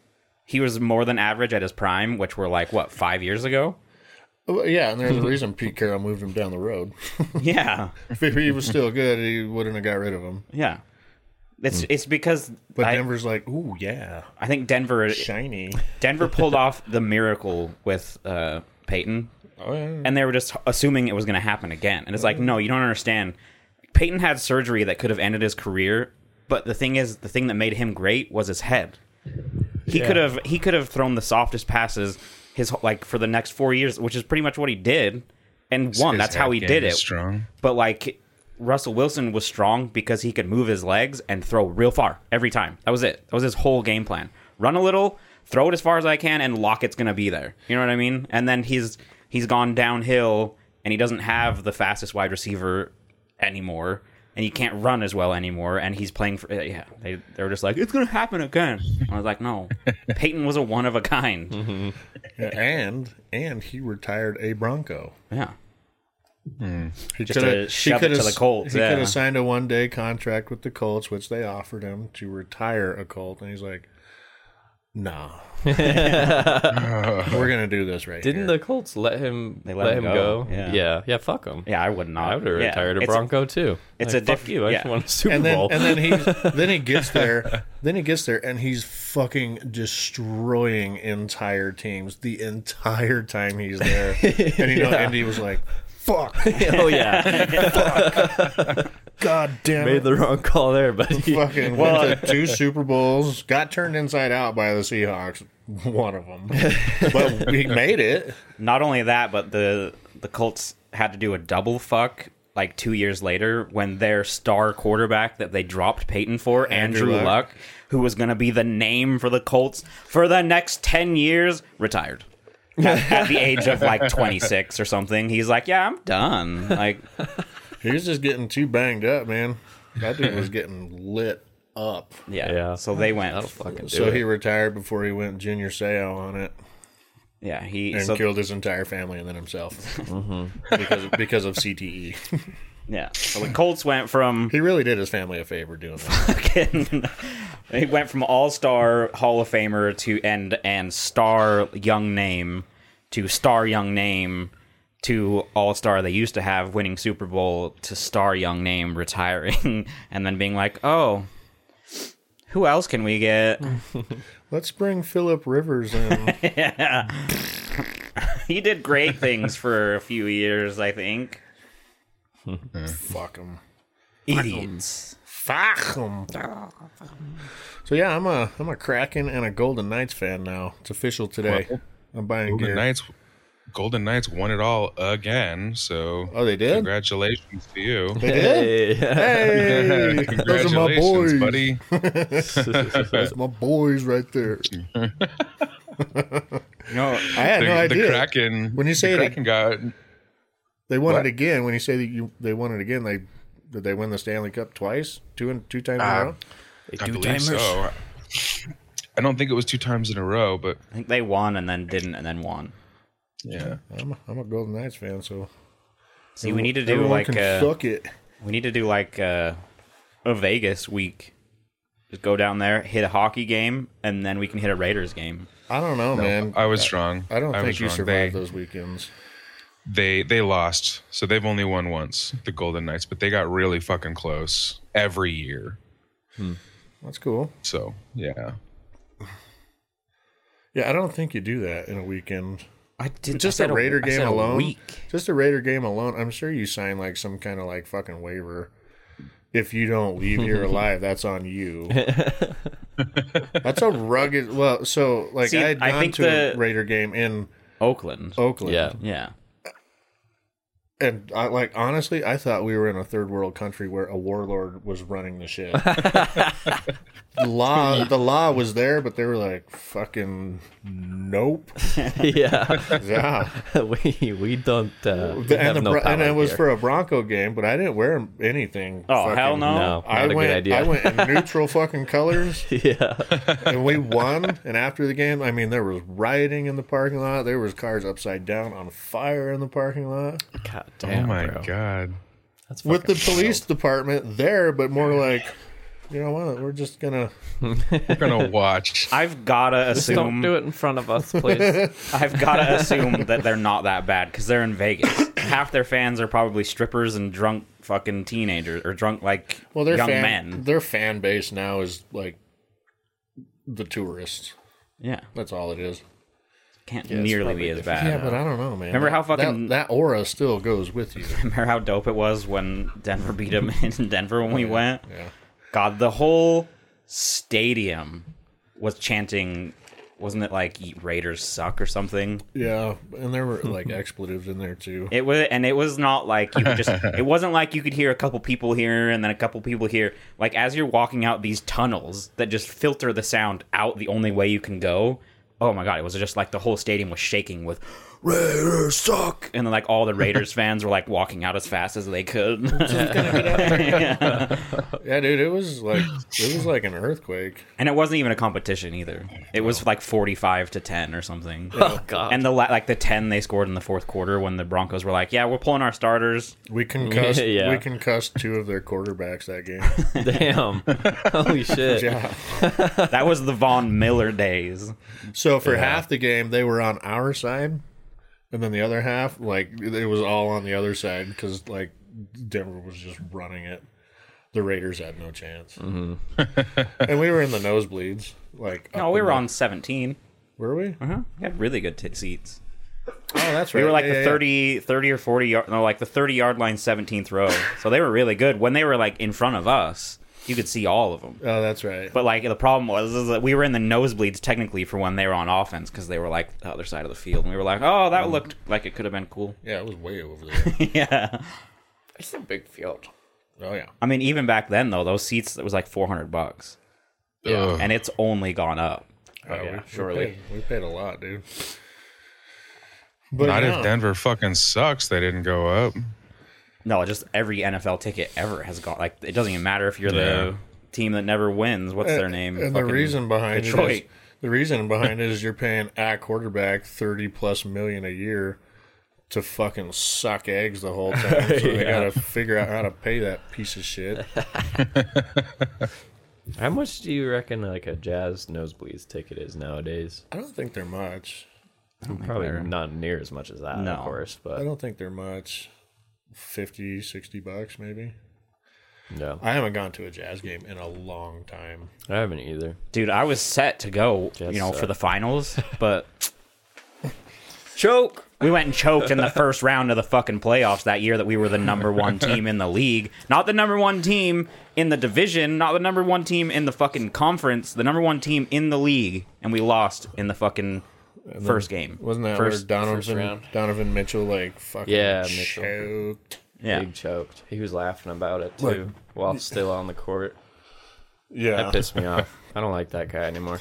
Speaker 5: He was more than average at his prime, which were like what five years ago.
Speaker 4: Oh, Yeah, and there's a reason Pete Carroll moved him down the road.
Speaker 5: Yeah,
Speaker 4: if he was still good, he wouldn't have got rid of him.
Speaker 5: yeah. It's it's because
Speaker 4: But
Speaker 5: I,
Speaker 4: Denver's like, "Ooh, yeah,
Speaker 5: I think Denver
Speaker 4: shiny."
Speaker 5: Denver pulled off the miracle with uh, Peyton,
Speaker 4: Oh, yeah.
Speaker 5: and they were just assuming it was going to happen again. And it's like, no, you don't understand. Peyton had surgery that could have ended his career, but the thing is, the thing that made him great was his head. He could have he could have thrown the softest passes his whole- like for the next four years, which is pretty much what he did, and won.
Speaker 1: His
Speaker 5: That's
Speaker 1: head
Speaker 5: how he
Speaker 1: game
Speaker 5: did
Speaker 1: is
Speaker 5: it.
Speaker 1: Strong.
Speaker 5: But like Russell Wilson was strong because he could move his legs and throw real far every time. That was it. That was his whole game plan. Run a little, throw it as far as I can, and Lockett's gonna be there. You know what I mean? And then he's he's gone downhill and he doesn't have the fastest wide receiver anymore. And he can't run as well anymore. And he's playing for yeah. They they were just like it's gonna happen again. I was like no. Peyton was a one of a kind.
Speaker 3: Mm-hmm.
Speaker 4: and and he retired a Bronco.
Speaker 5: Yeah.
Speaker 4: He
Speaker 5: Just
Speaker 4: coulda-
Speaker 5: to
Speaker 4: he
Speaker 5: shove it
Speaker 4: coulda
Speaker 5: to the
Speaker 4: s-
Speaker 5: Colts,
Speaker 4: He
Speaker 5: yeah.
Speaker 4: could have signed a one day contract with the Colts, which they offered him to retire a Colt, and he's like, "Nah, we're gonna do this right."
Speaker 3: Didn't
Speaker 4: here.
Speaker 3: the Colts let him
Speaker 5: They
Speaker 3: let, him go? Yeah. yeah, fuck him.
Speaker 5: Yeah, I would not.
Speaker 3: I would have
Speaker 5: Yeah.
Speaker 3: retired a
Speaker 5: It's-
Speaker 3: Bronco too.
Speaker 5: it's
Speaker 3: Like,
Speaker 5: a
Speaker 3: fuck
Speaker 5: diff-
Speaker 3: you. I just
Speaker 5: yeah.
Speaker 3: won a Super
Speaker 4: and then
Speaker 3: Bowl.
Speaker 4: and then he then he gets there, then he gets there, and he's fucking destroying entire teams the entire time he's there. And you know, Andy was like, fuck.
Speaker 3: oh yeah,
Speaker 4: God damn
Speaker 3: made
Speaker 4: it.
Speaker 3: the wrong call there, buddy.
Speaker 4: fucking went to two Super Bowls, got turned inside out by the Seahawks, one of them. but we made it.
Speaker 5: Not only that, but the the Colts had to do a double fuck like two years later when their star quarterback that they dropped Peyton for, Andrew,
Speaker 4: Andrew Luck.
Speaker 5: Luck. who was going to be the name for the Colts for the next ten years, retired. at, at the age of like 26 or something he's like yeah i'm done like
Speaker 4: He was just getting too banged up, man. That dude was getting lit up.
Speaker 5: yeah,
Speaker 3: Yeah.
Speaker 5: so they went
Speaker 3: That'll fucking do
Speaker 4: So
Speaker 3: it.
Speaker 4: he retired before he went junior sale on it
Speaker 5: yeah he
Speaker 4: and
Speaker 5: so,
Speaker 4: killed his entire family and then himself because because of CTE.
Speaker 5: yeah so the colts went from
Speaker 4: He really did his family a favor doing that.
Speaker 5: fucking- he went from all star Hall of Famer to and and star young name to star young name to all star they used to have winning Super Bowl to star young name retiring and then being like, oh, who else can we get?
Speaker 4: Let's bring Philip Rivers in.
Speaker 5: he did great things for a few years, I think.
Speaker 4: Fuck him.
Speaker 5: Idiots.
Speaker 4: Fuck him.
Speaker 1: Oh,
Speaker 4: So yeah, I'm a I'm a Kraken and a Golden Knights fan now. It's official today.
Speaker 1: Well,
Speaker 4: I'm buying
Speaker 1: Golden
Speaker 4: gear.
Speaker 1: Knights, Golden Knights won it all again. So,
Speaker 4: Oh, they did?
Speaker 1: Congratulations to you.
Speaker 4: They did?
Speaker 3: Hey.
Speaker 4: Hey, those are my
Speaker 1: Congratulations,
Speaker 4: boys,
Speaker 1: buddy.
Speaker 4: That's my boys right there.
Speaker 5: No,
Speaker 4: I had
Speaker 1: The,
Speaker 4: no
Speaker 1: the
Speaker 4: idea.
Speaker 1: Kraken.
Speaker 4: When you say
Speaker 1: the
Speaker 4: that-
Speaker 1: Kraken got
Speaker 4: They won
Speaker 1: What?
Speaker 4: it again. When you say that you they won it again, they did they win the Stanley Cup twice, two and two times
Speaker 1: Uh,
Speaker 4: in a row.
Speaker 1: I believe so. I don't think it was two times in a row, but
Speaker 5: I think they won and then didn't and then won.
Speaker 1: yeah.
Speaker 4: I'm a, I'm a Golden Knights fan, so
Speaker 5: See, we need to do
Speaker 4: everyone
Speaker 5: like uh,
Speaker 4: can
Speaker 5: a.
Speaker 4: suck it.
Speaker 5: We need to do like uh, a Vegas week. Just go down there, hit a hockey game, and then we can hit a Raiders game.
Speaker 4: I don't know, man.
Speaker 1: I was strong.
Speaker 4: I don't
Speaker 1: was
Speaker 4: think you
Speaker 1: wrong.
Speaker 4: survived
Speaker 1: They,
Speaker 4: those weekends.
Speaker 1: they they lost, so they've only won once, the Golden Knights, but they got really fucking close every year.
Speaker 4: That's cool.
Speaker 1: So yeah,
Speaker 4: Yeah, I don't think you do that in a weekend.
Speaker 5: I did
Speaker 4: Just a Raider game alone.
Speaker 5: Week.
Speaker 4: Just a Raider game alone. I'm sure you sign like some kind of like fucking waiver. If you don't leave here alive, that's on you. that's a rugged. Well, so like
Speaker 5: See,
Speaker 4: I had
Speaker 5: I
Speaker 4: gone
Speaker 5: think
Speaker 4: to a
Speaker 5: the-
Speaker 4: Raider game in
Speaker 5: Oakland.
Speaker 4: Oakland.
Speaker 3: Yeah.
Speaker 5: Yeah.
Speaker 4: and I like honestly, I thought we were in a third world country where a warlord was running the shit. the law, the law was there, but they were like, "Fucking nope."
Speaker 3: yeah.
Speaker 4: Yeah,
Speaker 3: we we don't. Uh, we
Speaker 4: and,
Speaker 3: have
Speaker 4: the,
Speaker 3: no
Speaker 4: Bro- and
Speaker 3: power
Speaker 4: it was
Speaker 3: here.
Speaker 4: for a Bronco game, but I didn't wear anything.
Speaker 5: Oh,
Speaker 4: fucking-
Speaker 5: hell no.
Speaker 3: no, not
Speaker 4: I
Speaker 3: a
Speaker 4: went,
Speaker 3: good idea.
Speaker 4: I went in neutral fucking colors,
Speaker 3: yeah.
Speaker 4: and we won. And after the game, I mean, there was rioting in the parking lot. There was cars upside down on fire in the parking lot.
Speaker 3: God damn,
Speaker 1: oh my
Speaker 3: bro.
Speaker 1: god,
Speaker 3: That's
Speaker 4: with the
Speaker 3: fucking
Speaker 4: police department there, but more like, you know what? We're just gonna.
Speaker 1: we're gonna watch.
Speaker 5: I've gotta
Speaker 3: wild. Don't
Speaker 5: assume.
Speaker 3: do it in front of us, please.
Speaker 5: I've gotta assume that they're not that bad because they're in Vegas. Half their fans are probably strippers and drunk fucking teenagers or drunk like
Speaker 4: Well, their
Speaker 5: young
Speaker 4: fan,
Speaker 5: men.
Speaker 4: their fan base now is like the tourists.
Speaker 5: Yeah,
Speaker 4: That's all it is.
Speaker 5: can't nearly be as bad.
Speaker 4: Yeah, but I don't know, man.
Speaker 5: Remember how fucking-
Speaker 4: that, that aura still goes with you.
Speaker 5: Remember how dope it was when Denver beat them in Denver when we went?
Speaker 4: Oh, Yeah.
Speaker 5: God, the whole stadium was chanting, wasn't it like "Eat Raiders suck" or something?
Speaker 4: Yeah, and there were like expletives in there too.
Speaker 5: It was, and it was not like you could just. it wasn't like you could hear a couple people here and then a couple people here. Like as you're walking out these tunnels that just filter the sound out the only way you can go. Oh my god, it was just like the whole stadium was shaking with Raiders suck, and then like all the Raiders fans were like walking out as fast as they could.
Speaker 4: Yeah, dude, it was like it was like an earthquake.
Speaker 5: And it wasn't even a competition either. It was like forty-five to ten or something.
Speaker 3: oh god.
Speaker 5: And the la- like the ten they scored in the fourth quarter when the Broncos were like, "Yeah, we're pulling our starters."
Speaker 4: We concussed
Speaker 3: Yeah.
Speaker 4: we concussed two of their quarterbacks that game.
Speaker 3: damn. Holy shit.
Speaker 4: Yeah.
Speaker 5: That was the Von Miller days.
Speaker 4: So for half the game, they were on our side, and then the other half, like it was all on the other side because like Denver was just running it. The Raiders had no chance, and we were in the nosebleeds. Like,
Speaker 5: No,
Speaker 4: up
Speaker 5: we
Speaker 4: in
Speaker 5: were
Speaker 4: the-
Speaker 5: on seventeen.
Speaker 4: Were we?
Speaker 5: Uh-huh. We had really good t- seats.
Speaker 4: Oh, that's right.
Speaker 5: We were like
Speaker 4: Yeah,
Speaker 5: the
Speaker 4: yeah,
Speaker 5: 30, 30 or 40 yard, no, like the 30 yard line, 17th row. So they were really good. When they were like in front of us, you could see all of them.
Speaker 4: yeah. Oh, that's right.
Speaker 5: But like the problem was is that we were in the nosebleeds technically for when they were on offense because they were like the other side of the field. And we were like, oh,
Speaker 4: Mm-hmm.
Speaker 5: that looked like it could have been cool.
Speaker 4: yeah, it was way over there.
Speaker 5: yeah.
Speaker 2: It's a big field.
Speaker 4: oh yeah.
Speaker 5: I mean, even back then though, those seats it was like 400 bucks,
Speaker 1: Ugh.
Speaker 5: and it's only gone up.
Speaker 4: Oh, yeah,
Speaker 5: surely.
Speaker 4: We paid, we paid a lot, dude. But
Speaker 1: Not
Speaker 4: no.
Speaker 1: if Denver fucking sucks. They didn't go up.
Speaker 5: No, just every NFL ticket ever has gone. Like it doesn't even matter if you're
Speaker 1: Yeah.
Speaker 5: the team that never wins. What's their name?
Speaker 4: And the
Speaker 5: Fucking
Speaker 4: reason behind
Speaker 5: Detroit.
Speaker 4: it is the reason behind it is you're paying at quarterback thirty plus million a year to fucking suck eggs the whole time. So they gotta figure out how to pay that piece of shit.
Speaker 3: How much do you reckon like a jazz nosebleeds ticket is nowadays?
Speaker 4: I don't think they're much.
Speaker 3: Probably not near as much as that,
Speaker 5: No.
Speaker 3: of course,
Speaker 4: I
Speaker 3: but
Speaker 4: don't think they're much. 50, 60 bucks maybe.
Speaker 3: no.
Speaker 4: I haven't gone to a jazz game in a long time.
Speaker 3: I haven't either.
Speaker 5: Dude, I was set to go,
Speaker 3: Jets
Speaker 5: you know, for
Speaker 3: suck.
Speaker 5: the finals, but choke. We went and choked in the first round of the fucking playoffs that year that we were the number one team in the league. Not the number one team in the division, not the number one team in the fucking conference, the number one team in the league, and we lost in the fucking first game.
Speaker 4: Wasn't that
Speaker 3: First-
Speaker 4: where
Speaker 3: first
Speaker 4: Donovan
Speaker 3: round.
Speaker 4: Donovan Mitchell like fucking
Speaker 3: Yeah, Mitchell.
Speaker 4: choked?
Speaker 5: Yeah.
Speaker 3: Big choked. He was laughing about it too while still on the court.
Speaker 4: Yeah.
Speaker 3: That pissed me off. I don't like that guy anymore.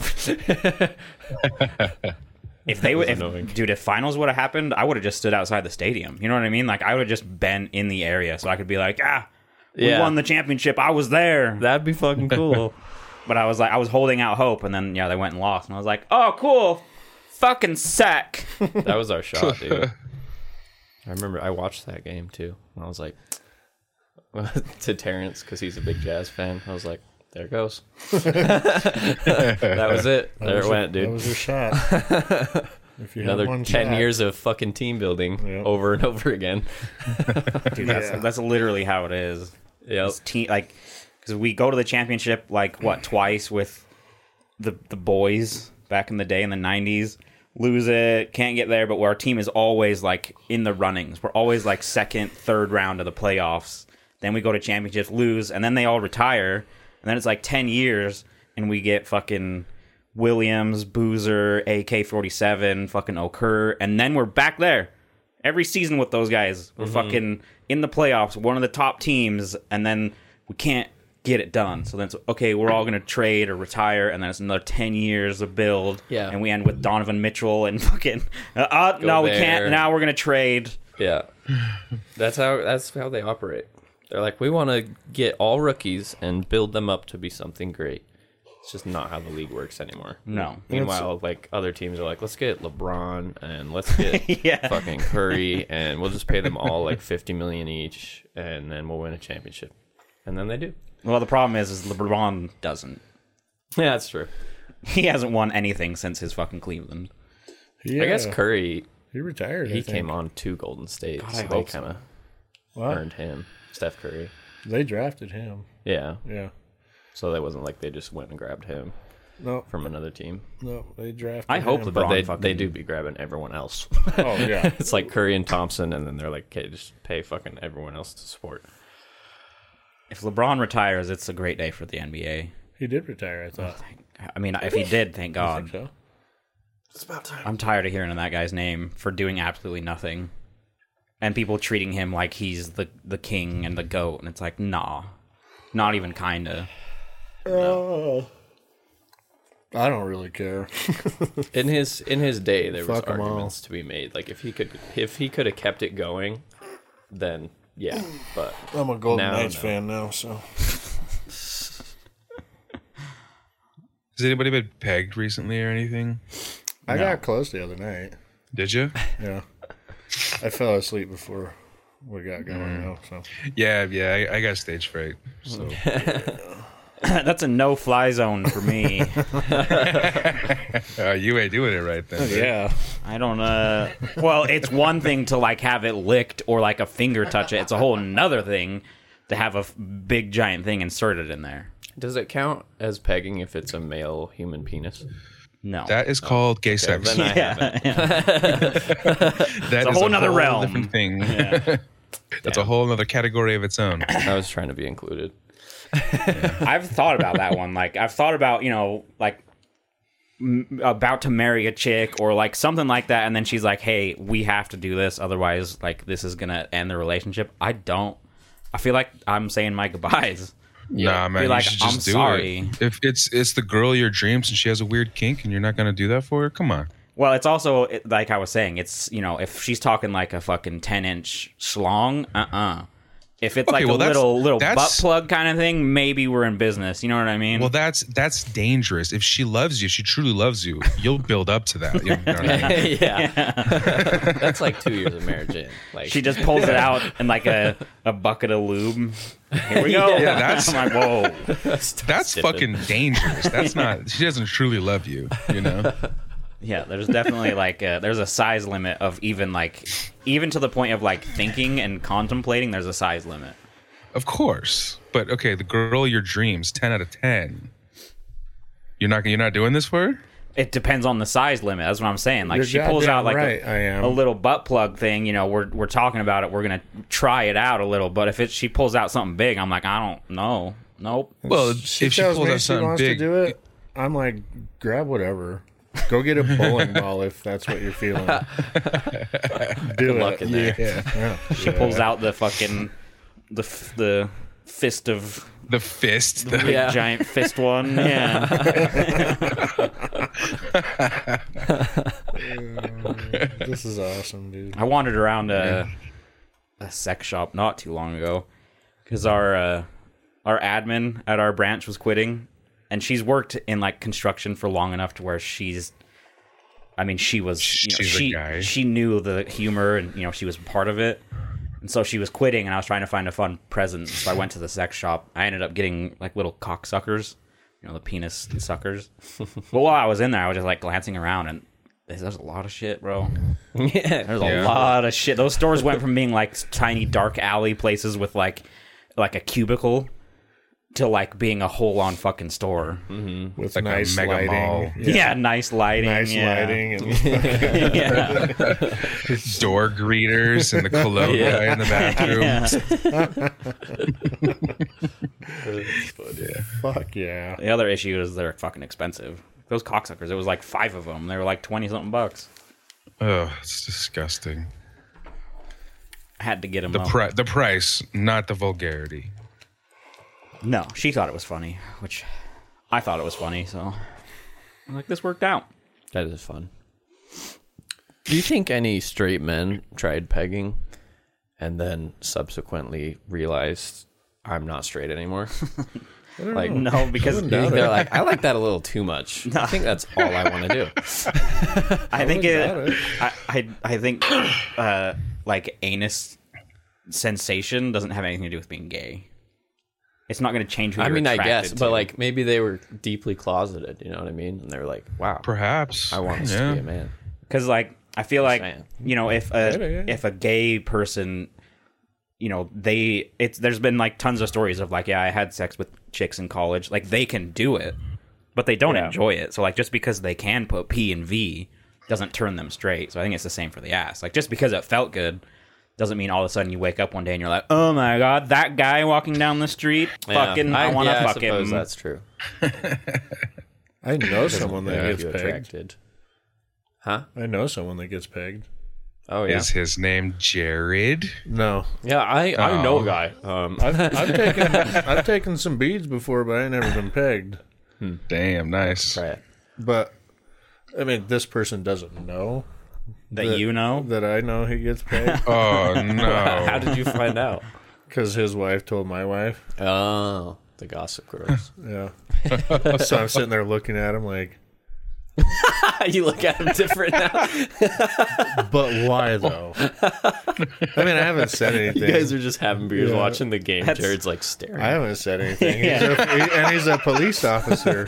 Speaker 5: If they would, if,
Speaker 3: annoying.
Speaker 5: dude, if finals would have happened, I would have just stood outside the stadium. You know what I mean? Like I would have just been in the area, so I could be like, ah, we
Speaker 3: Yeah.
Speaker 5: won the championship. I was there.
Speaker 3: That'd be fucking cool.
Speaker 5: But I was like, I was holding out hope, and then yeah, they went and lost, and I was like, oh, cool, fucking sack.
Speaker 3: that was our shot, dude. I remember I watched that game too, and I was like, to Terrence because he's a big jazz fan. I was like, there it goes. that was it. There it went,
Speaker 4: That
Speaker 3: dude.
Speaker 4: was your shot. if you had
Speaker 3: Another
Speaker 4: one
Speaker 3: ten
Speaker 4: shot.
Speaker 3: years of fucking team building
Speaker 4: Yep.
Speaker 3: over and over again.
Speaker 5: Dude, that's
Speaker 4: Yeah.
Speaker 5: that's literally how it is.
Speaker 3: Yep.
Speaker 5: It's team like because we go to the championship like what twice with the the boys back in the day in the nineties. Lose it, can't get there, but our team is always like in the runnings. We're always like second, third round of the playoffs. Then we go to championships, lose, and then they all retire. And then it's like ten years, and we get fucking Williams, Boozer, AK forty seven, fucking Okur, and then we're back there every season with those guys. We're fucking in the playoffs, one of the top teams, and then we can't get it done. So then it's okay, we're all gonna trade or retire, and then it's another ten years of build.
Speaker 3: Yeah.
Speaker 5: and we end with Donovan Mitchell and fucking uh, uh no, we
Speaker 3: there.
Speaker 5: can't. Now we're gonna trade.
Speaker 3: Yeah. That's how that's how they operate. They're like, we want to get all rookies and build them up to be something great. It's just not how the league works anymore.
Speaker 5: No.
Speaker 3: Meanwhile, like other teams are like, let's get LeBron and let's get
Speaker 5: Yeah.
Speaker 3: fucking Curry and we'll just pay them all like fifty million each and then we'll win a championship. And then they do.
Speaker 5: Well, the problem is, is LeBron doesn't.
Speaker 3: Yeah, that's true.
Speaker 5: He hasn't won anything since his fucking Cleveland.
Speaker 4: Yeah,
Speaker 3: I guess Curry
Speaker 4: he retired.
Speaker 3: he came on to Golden State, so they
Speaker 5: hope so.
Speaker 3: kind of
Speaker 4: Wow.
Speaker 3: earned him Steph Curry.
Speaker 4: They drafted him.
Speaker 3: Yeah,
Speaker 4: Yeah.
Speaker 3: so that wasn't like they just went and grabbed him
Speaker 4: No,
Speaker 3: from another team.
Speaker 4: no, they drafted.
Speaker 5: I hope
Speaker 4: him.
Speaker 5: LeBron
Speaker 3: But they,
Speaker 5: uh, fucking
Speaker 3: they do be grabbing everyone else.
Speaker 4: Oh yeah,
Speaker 3: it's like Curry and Thompson, and then they're like, okay, just pay fucking everyone else to support.
Speaker 5: If LeBron retires, it's a great day for the NBA.
Speaker 4: he did retire. I thought.
Speaker 5: I mean, if he did, thank God.
Speaker 4: so.
Speaker 5: I'm tired of hearing that guy's name for doing absolutely nothing, and people treating him like he's the the king and the goat, and it's like, nah, not even kinda.
Speaker 4: I don't really care.
Speaker 3: In his in his day, there
Speaker 4: Fuck 'em
Speaker 3: was
Speaker 4: all.
Speaker 3: arguments to be made. Like if he could if he could have kept it going, then yeah. But
Speaker 4: I'm a Golden
Speaker 3: No,
Speaker 4: Knights
Speaker 3: no.
Speaker 4: fan now, so
Speaker 1: Has anybody been pegged recently or anything?
Speaker 4: I got close the other night.
Speaker 1: Did you?
Speaker 4: Yeah, I fell asleep before we got going.
Speaker 3: Mm.
Speaker 4: Now, so
Speaker 1: yeah, yeah. I, I got stage fright. So
Speaker 5: That's a no fly zone for me.
Speaker 1: uh, you ain't doing it right
Speaker 5: Oh,
Speaker 1: then. dude.
Speaker 4: yeah,
Speaker 5: I don't. uh Well, it's one thing to like have it licked or like a finger touch it. It's a whole another thing to have a f- big giant thing inserted in there.
Speaker 3: does it count as pegging if it's a male human penis?
Speaker 5: No.
Speaker 1: That is called gay sex.
Speaker 3: Then I
Speaker 5: yeah,
Speaker 3: haven't.
Speaker 1: That
Speaker 5: uh, a
Speaker 1: is
Speaker 5: whole nother realm.
Speaker 1: different thing. That's a whole other category of its own.
Speaker 3: I was trying to be included.
Speaker 5: I've thought about that one. Like I've thought about you know like m- about to marry a chick or like something like that, and then she's like, "Hey, we have to do this, otherwise like this is gonna end the relationship." I don't. I feel like I'm saying my goodbyes.
Speaker 1: nah, man,
Speaker 5: be like,
Speaker 1: you should just do
Speaker 5: "I'm sorry."
Speaker 1: it. If it's it's the girl of your dreams and she has a weird kink and you're not gonna do that for her, come on.
Speaker 5: Well, it's also it- like I was saying. It's you know if she's talking like a fucking ten inch schlong, uh uh If it's
Speaker 1: Okay,
Speaker 5: like
Speaker 1: well,
Speaker 5: a
Speaker 1: that's-
Speaker 5: little little
Speaker 1: that's-
Speaker 5: butt plug kind of thing, maybe we're in business. You know what I mean?
Speaker 1: Well, that's that's dangerous. If she loves you, she truly loves you. You'll build up to that. You know what I mean?
Speaker 3: yeah. That's like two years of marriage in. Like
Speaker 5: She just pulls it out in like a, a bucket of lube. Here we go.
Speaker 1: Yeah, that's-
Speaker 5: I'm like, whoa.
Speaker 1: That's fucking dangerous. That's not. She doesn't truly love you. You know.
Speaker 5: Yeah, there's definitely like a, there's a size limit of even like even to the point of like thinking and contemplating. There's a size limit.
Speaker 1: Of course, but okay. The girl of your dreams, ten out of ten. You're not. You're not doing this for her.
Speaker 5: It depends on the size limit. That's what I'm saying. Like
Speaker 4: You're
Speaker 5: she pulls
Speaker 4: goddamn
Speaker 5: out like
Speaker 4: right,
Speaker 5: a,
Speaker 4: I am.
Speaker 5: a little butt plug thing. You know, we're we're talking about it. We're gonna try it out a little. But if it she pulls out something big, I'm like, I don't know. Nope.
Speaker 1: Well, if she
Speaker 4: tells
Speaker 1: pulls
Speaker 4: me
Speaker 1: out something
Speaker 4: wants
Speaker 1: big,
Speaker 4: to do it, I'm like, grab whatever. Go get a bowling ball if that's what you're feeling. do it.
Speaker 3: luck in there.
Speaker 4: Yeah.
Speaker 5: She pulls out the fucking the f- the fist of
Speaker 1: the fist. the-
Speaker 3: Yeah.
Speaker 5: giant fist one. Yeah.
Speaker 4: This is awesome, dude.
Speaker 5: I wandered around a, a sex shop not too long ago because our uh, our admin at our branch was quitting, and she's worked in like construction for long enough to where she's. I mean, she was. You know,
Speaker 1: She's a
Speaker 5: she
Speaker 1: guy.
Speaker 5: she knew the humor, and you know she was part of it, and so she was quitting. And I was trying to find a fun present, so I went to the sex shop. I ended up getting like little cocksuckers, you know, the penis suckers. but while I was in there, I was just like glancing around, and there's there's a lot of shit, bro. There's a
Speaker 1: Yeah.
Speaker 5: lot of shit. Those stores went from being like tiny dark alley places with like like a cubicle to like being a whole on fucking store.
Speaker 1: like
Speaker 4: With
Speaker 1: a
Speaker 4: nice
Speaker 1: mega
Speaker 4: lighting.
Speaker 1: mall.
Speaker 5: Yeah, nice lighting.
Speaker 4: Nice
Speaker 5: yeah.
Speaker 4: lighting. And
Speaker 5: yeah.
Speaker 1: door greeters and the cologne
Speaker 3: Yeah.
Speaker 1: guy in the bathroom.
Speaker 4: fuck yeah.
Speaker 5: The other issue is they're fucking expensive. Those cocksuckers. It was like five of them. They were like twenty something bucks.
Speaker 1: Oh, it's disgusting.
Speaker 5: I had to get them.
Speaker 1: The pri- the price, not the vulgarity.
Speaker 5: no, she thought it was funny, which I thought it was funny. So, I'm like this worked out.
Speaker 3: that is fun. Do you think any straight men tried pegging and then subsequently realized I'm not straight anymore? like
Speaker 5: No, because
Speaker 3: Do you think they're like, I like that a little too much. I think that's all I want to do.
Speaker 5: I think it, I, I I think uh, like anus sensation doesn't have anything to do with being gay. It's not going to change who
Speaker 3: I
Speaker 5: you're
Speaker 3: mean, I guess,
Speaker 5: attracted
Speaker 3: but
Speaker 5: to.
Speaker 3: like maybe they were deeply closeted. You know what I mean? And they were like, wow,
Speaker 1: Perhaps
Speaker 3: I want to be a man.
Speaker 5: because like I feel like
Speaker 3: saying.
Speaker 5: you know if a if a gay person, you know they it's there's been like tons of stories of like yeah I had sex with chicks in college like they can do it, but they don't enjoy it. So like just because they can put P and V doesn't turn them straight. So I think it's the same for the ass. Like just because it felt good. Doesn't mean all of a sudden you wake up one day and you're like, oh my god, that guy walking down the street, fucking,
Speaker 3: Yeah,
Speaker 5: I, want to
Speaker 3: yeah,
Speaker 5: fuck
Speaker 3: suppose
Speaker 5: him.
Speaker 3: that's true.
Speaker 4: I know someone
Speaker 3: Yeah,
Speaker 4: that
Speaker 3: you
Speaker 4: gets pegged.
Speaker 3: attracted.
Speaker 4: I know someone that gets pegged.
Speaker 3: Oh yeah,
Speaker 1: Is his name Jared?
Speaker 4: No.
Speaker 3: yeah. I I know a guy. Um, I,
Speaker 4: I've taken I've taken some beads before, but I ain't never been pegged.
Speaker 1: Damn, nice.
Speaker 3: right.
Speaker 4: But I mean, this person doesn't know
Speaker 5: that you know,
Speaker 4: that I know he gets pegged
Speaker 1: Oh
Speaker 3: How
Speaker 1: no.
Speaker 3: did you find out?
Speaker 4: because his wife told my wife.
Speaker 3: Oh, the Gossip Girls.
Speaker 4: Yeah. so I'm sitting there looking at him like,
Speaker 3: you look at him different now.
Speaker 4: but why though? I mean, I haven't said anything.
Speaker 3: You guys are just having beers,
Speaker 4: Yeah.
Speaker 3: watching the game.
Speaker 5: That's-
Speaker 3: Jared's like staring.
Speaker 4: I haven't said anything. He's a, he- and he's a police officer.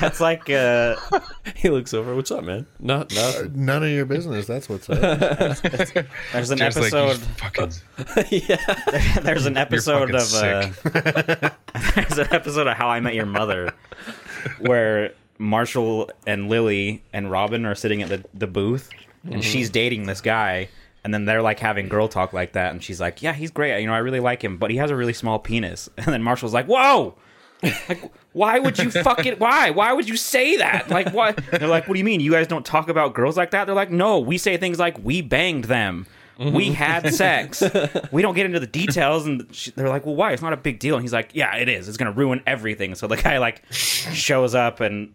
Speaker 5: that's like uh,
Speaker 3: He looks over. What's up, man? Not nothing.
Speaker 4: None of your business. That's what's up.
Speaker 5: there's an
Speaker 1: Just like you
Speaker 5: episode.
Speaker 1: fucking
Speaker 3: yeah.
Speaker 5: there's an episode
Speaker 1: fucking
Speaker 3: uh,
Speaker 5: of uh, there's an episode of How I Met Your Mother where Marshall and Lily and Robin are sitting at the, the booth and she's dating this guy and then they're like having girl talk like that and she's like, "Yeah, he's great. You know, I really like him, but he has a really small penis." And then Marshall's like, "Whoa!" Like, why would you fucking why? Why would you say that? Like, what? They're like, "What do you mean? You guys don't talk about girls like that?" They're like, "No, we say things like we banged them." We had sex. we don't get into the details, and she, they're like, "Well, why? It's not a big deal." And he's like, "Yeah, it is. It's gonna ruin everything." So the guy like shows up, and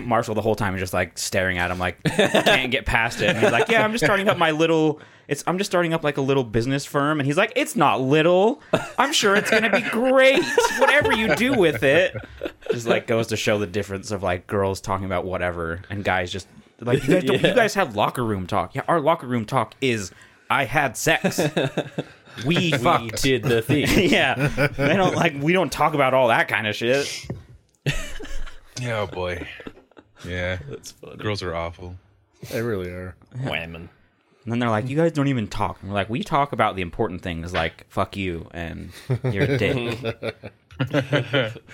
Speaker 5: Marshall the whole time is just like staring at him, like can't get past it. And he's like, "Yeah, I'm just starting up my little. It's I'm just starting up like a little business firm." And he's like, "It's not little. I'm sure it's gonna be great. Whatever you do with it." Just like goes to show the difference of like girls talking about whatever and guys just like you guys, don't, you guys have locker room talk. Yeah, our locker room talk is I had sex. We
Speaker 3: You
Speaker 5: fucked.
Speaker 3: did the thing.
Speaker 5: yeah, they don't like we don't talk about all that kind of shit.
Speaker 1: Yeah, oh boy. Yeah.
Speaker 3: That's funny.
Speaker 1: Girls are awful.
Speaker 4: They really are.
Speaker 3: Whammon.
Speaker 5: And then they're like, "You guys don't even talk." And we're like, "We talk about the important things, like fuck you and your dick." we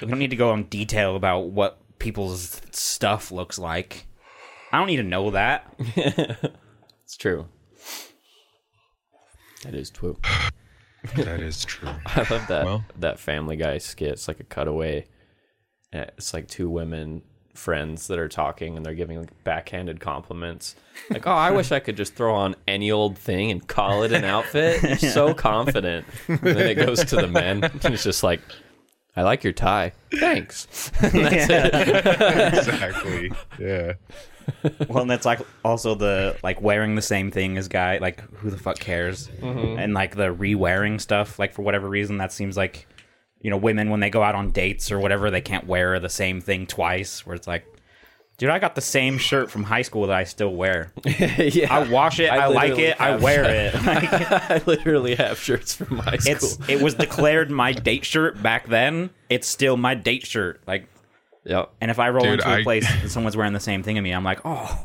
Speaker 5: don't need to go in detail about what people's stuff looks like. I don't need to know that.
Speaker 3: It's true. That is true.
Speaker 1: That is true.
Speaker 3: I love that
Speaker 1: Well.
Speaker 3: that Family Guy skit. It's like a cutaway. Uh, It's like two women friends that are talking and they're giving like backhanded compliments. Like, oh, I wish I could just throw on any old thing and call it an outfit. You're so confident. And then it goes to the men. And it's just like, I like your tie. Thanks.
Speaker 1: exactly. Yeah.
Speaker 5: Well, and that's like also the like wearing the same thing as guy. Like, who the fuck cares?
Speaker 1: Mm-hmm.
Speaker 5: And like the re-wearing stuff. Like for whatever reason, that seems like you know women when they go out on dates or whatever, they can't wear the same thing twice. Where it's like. Dude, I got the same shirt from high school that I still wear.
Speaker 3: yeah.
Speaker 5: I wash it, I, like
Speaker 3: literally
Speaker 5: it, I
Speaker 3: have-
Speaker 5: wear it. Like,
Speaker 3: I literally have shirts from high school.
Speaker 5: it's it was declared my date shirt back then. It's still my date shirt. Like,
Speaker 3: yep.
Speaker 5: and if I roll
Speaker 1: Dude,
Speaker 5: into a
Speaker 1: I-
Speaker 5: place and someone's wearing the same thing as me, I'm like, oh,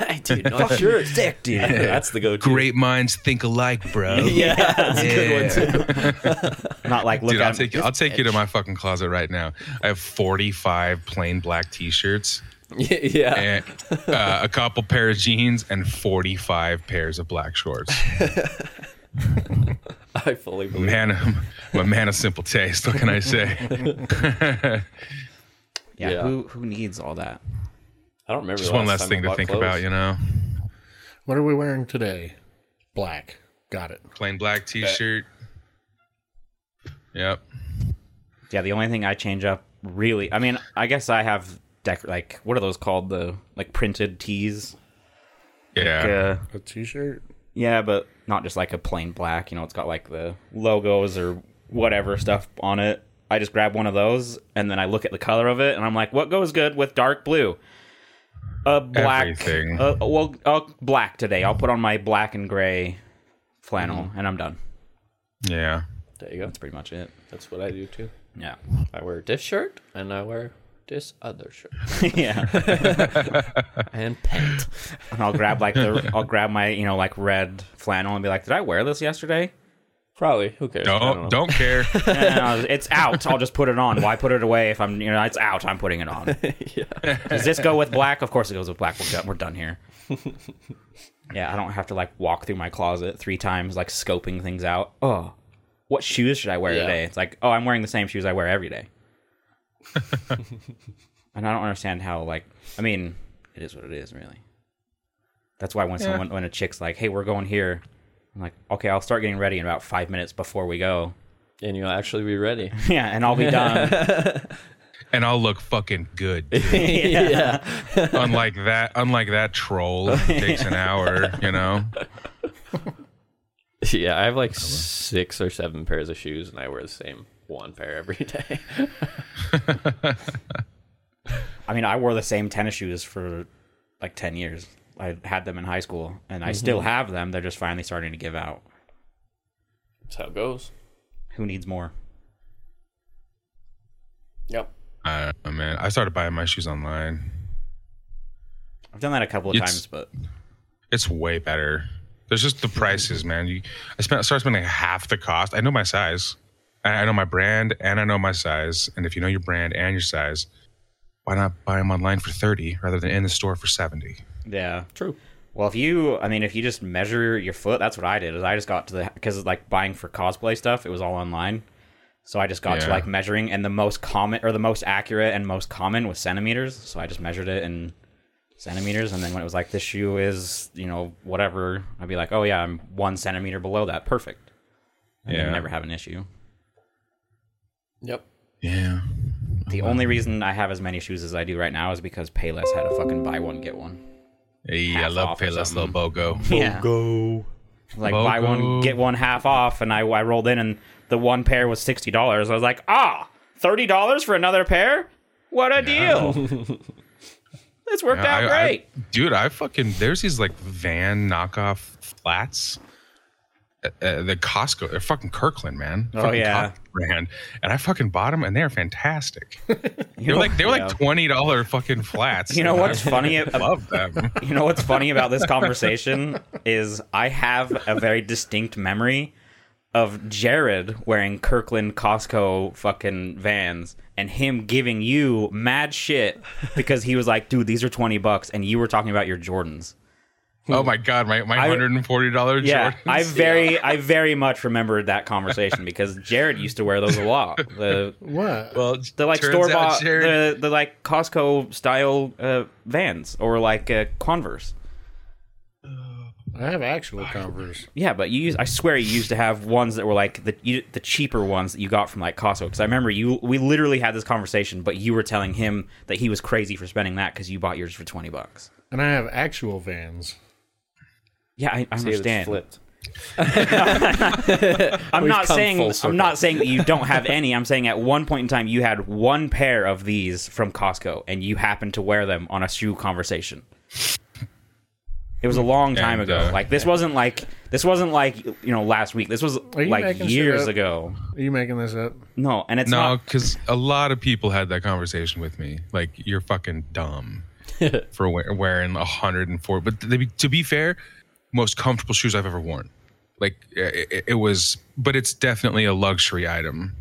Speaker 3: I do not sure. Sick, dude. That's the go-to.
Speaker 1: Great minds think alike, bro.
Speaker 3: Yeah, that's
Speaker 1: Yeah.
Speaker 3: a good one too.
Speaker 5: not like look
Speaker 1: Dude,
Speaker 5: at
Speaker 1: I'll
Speaker 5: him.
Speaker 1: take you. I'll take you to my fucking closet right now. I have forty-five plain black T-shirts,
Speaker 3: yeah.
Speaker 1: and, uh, a couple pair of jeans, and forty-five pairs of black shorts.
Speaker 3: I fully believe.
Speaker 1: Man, I'm, I'm a man of simple taste. What can I say?
Speaker 5: yeah,
Speaker 3: Yeah.
Speaker 5: Who who needs all that?
Speaker 3: I don't remember.
Speaker 1: Just
Speaker 3: the
Speaker 1: one
Speaker 3: last
Speaker 1: less
Speaker 3: time
Speaker 1: thing
Speaker 3: I
Speaker 1: to
Speaker 3: bought
Speaker 1: think
Speaker 3: clothes.
Speaker 1: about, you know.
Speaker 4: What are we wearing today? Black. Got it.
Speaker 1: Plain black T-shirt. Yep.
Speaker 5: Yeah, the only thing I change up really, I mean, I guess I have dec- like what are those called? The like printed tees.
Speaker 1: Yeah.
Speaker 3: uh,
Speaker 5: Yeah.
Speaker 4: A t-shirt.
Speaker 5: Yeah, but not just like a plain black. You know, it's got like the logos or whatever stuff on it. I just grab one of those and then I look at the color of it and I'm like, what goes good with dark blue? A black.
Speaker 1: Everything.
Speaker 5: Uh, well, uh, black today. I'll put on my black and gray flannel and I'm done.
Speaker 1: Yeah.
Speaker 3: There you go.
Speaker 5: That's pretty much it.
Speaker 3: That's what I do too.
Speaker 5: Yeah.
Speaker 3: I wear this shirt and I wear this other shirt
Speaker 5: yeah.
Speaker 3: and pant.
Speaker 5: And I'll grab like the, I'll grab my, you know, like red flannel and be like, did I wear this yesterday?
Speaker 3: Probably. Who cares? I
Speaker 1: Don't
Speaker 3: know.
Speaker 1: don't care.
Speaker 5: No, it's out. I'll just put it on. Why put it away if I'm, you know, it's out. I'm putting it on. Does this go with black? Of course it goes with black. We're done, we're done here. yeah, I don't have to like walk through my closet three times, like scoping things out. Oh, what shoes should I wear
Speaker 3: Yeah.
Speaker 5: today? It's like, oh, I'm wearing the same shoes I wear every day. and I don't understand how, like, I mean, it is what it is, really. That's why when someone, when a chick's like, hey, we're going here, I'm like, okay, I'll start getting ready in about five minutes before we go.
Speaker 3: And you'll actually be ready.
Speaker 5: Yeah, and I'll be done.
Speaker 1: and I'll look fucking good. dude.
Speaker 3: yeah.
Speaker 1: unlike that, unlike that troll, it takes an hour. You know,
Speaker 3: Yeah. I have like six or seven pairs of shoes, and I wear the same one pair every day.
Speaker 5: I mean, I wore the same tennis shoes for like 10 years. I had them in high school and I still have them. They're just finally starting to give out.
Speaker 3: That's how it goes.
Speaker 5: Who needs more?
Speaker 3: Yep.
Speaker 1: I don't know, man. I started buying my shoes online.
Speaker 5: I've done that a couple of
Speaker 1: It's-
Speaker 5: times, but
Speaker 1: It's way better. There's just the
Speaker 3: Hmm.
Speaker 1: prices, man. You, I spent started spending half the cost. I know my size. I I know my brand and I know my size. And if you know your brand and your size, why not buy them online for 30 rather than in the store for 70?
Speaker 5: Yeah.
Speaker 3: True.
Speaker 5: Well, if you, I mean, if you just measure your foot, that's what I did. Is I just got to the because like buying for cosplay stuff, it was all online. So I just got to
Speaker 1: Yeah.
Speaker 5: like measuring, and the most common or the most accurate and most common was centimeters. So I just measured it in centimeters, and then when it was like this shoe is you know whatever, I'd be like, oh yeah, I'm one centimeter below that, perfect. And then
Speaker 1: Yeah.
Speaker 5: never have an issue.
Speaker 3: Yep.
Speaker 1: Yeah.
Speaker 5: The only reason I have as many shoes as I do right now is because Payless had a fucking buy one get one.
Speaker 1: Hey, I
Speaker 5: Half
Speaker 1: love
Speaker 5: off or
Speaker 1: Payless Little
Speaker 5: something.
Speaker 1: BOGO.
Speaker 5: Yeah.
Speaker 1: BOGO.
Speaker 5: like buy one
Speaker 1: Mogo.
Speaker 5: get one half off and I, I rolled in and the one pair was $60 i was like ah $30 for another pair what a deal this worked
Speaker 1: Yeah, I-
Speaker 5: out
Speaker 1: I-
Speaker 5: great
Speaker 1: dude, I fucking there's these like van knockoff flats. Uh, uh, the Costco, they're fucking Kirkland, man.
Speaker 5: Oh,
Speaker 1: Fucking
Speaker 5: yeah.
Speaker 1: Costco brand. And I fucking bought them, and they're fantastic. they're like they're
Speaker 5: yeah.
Speaker 1: like twenty dollar fucking flats.
Speaker 5: you know
Speaker 1: and
Speaker 5: what's funny
Speaker 1: I
Speaker 5: ab-
Speaker 1: love them.
Speaker 5: you know what's funny about this conversation is i have a very distinct memory of jared wearing kirkland costco fucking vans and him giving you mad shit because he was like dude these are 20 bucks and you were talking about your jordans
Speaker 1: Oh my god, my my
Speaker 5: I-
Speaker 1: hundred and forty dollar
Speaker 5: Yeah,
Speaker 1: Jordans.
Speaker 5: I very, I very much remembered that conversation because Jared used to wear those a lot. The
Speaker 4: What?
Speaker 1: well,
Speaker 5: the like
Speaker 1: turns
Speaker 5: store
Speaker 1: out
Speaker 5: bought,
Speaker 1: Jared-
Speaker 5: the, the like Costco style uh, Vans or like uh, Converse.
Speaker 4: I have actual Converse.
Speaker 5: Yeah, but you, used, I swear, you used to have ones that were like the you, the cheaper ones that you got from like Costco. Because I remember you, we literally had this conversation, but you were telling him that he was crazy for spending that because you bought yours for twenty bucks.
Speaker 4: And I have actual Vans.
Speaker 5: Yeah, I, I understand.
Speaker 3: Flipped.
Speaker 5: I'm not
Speaker 3: come full
Speaker 5: saying
Speaker 3: circle.
Speaker 5: I'm not saying that you don't have any. I'm saying at one point in time you had one pair of these from Costco and you happened to wear them on a shoe conversation. It was a long time
Speaker 1: And,
Speaker 5: ago.
Speaker 1: uh,
Speaker 5: like this wasn't like this wasn't like you know last week. This was
Speaker 4: you
Speaker 5: like
Speaker 4: making shit
Speaker 5: years
Speaker 4: up?
Speaker 5: ago.
Speaker 4: Are you making this up?
Speaker 5: No, and it's
Speaker 1: No,
Speaker 5: not.
Speaker 1: because a lot of people had that conversation with me. Like, you're fucking dumb for we- wearing 104. But to be, to be fair, most comfortable shoes I've ever worn. Like, it, it was, but it's definitely a luxury item.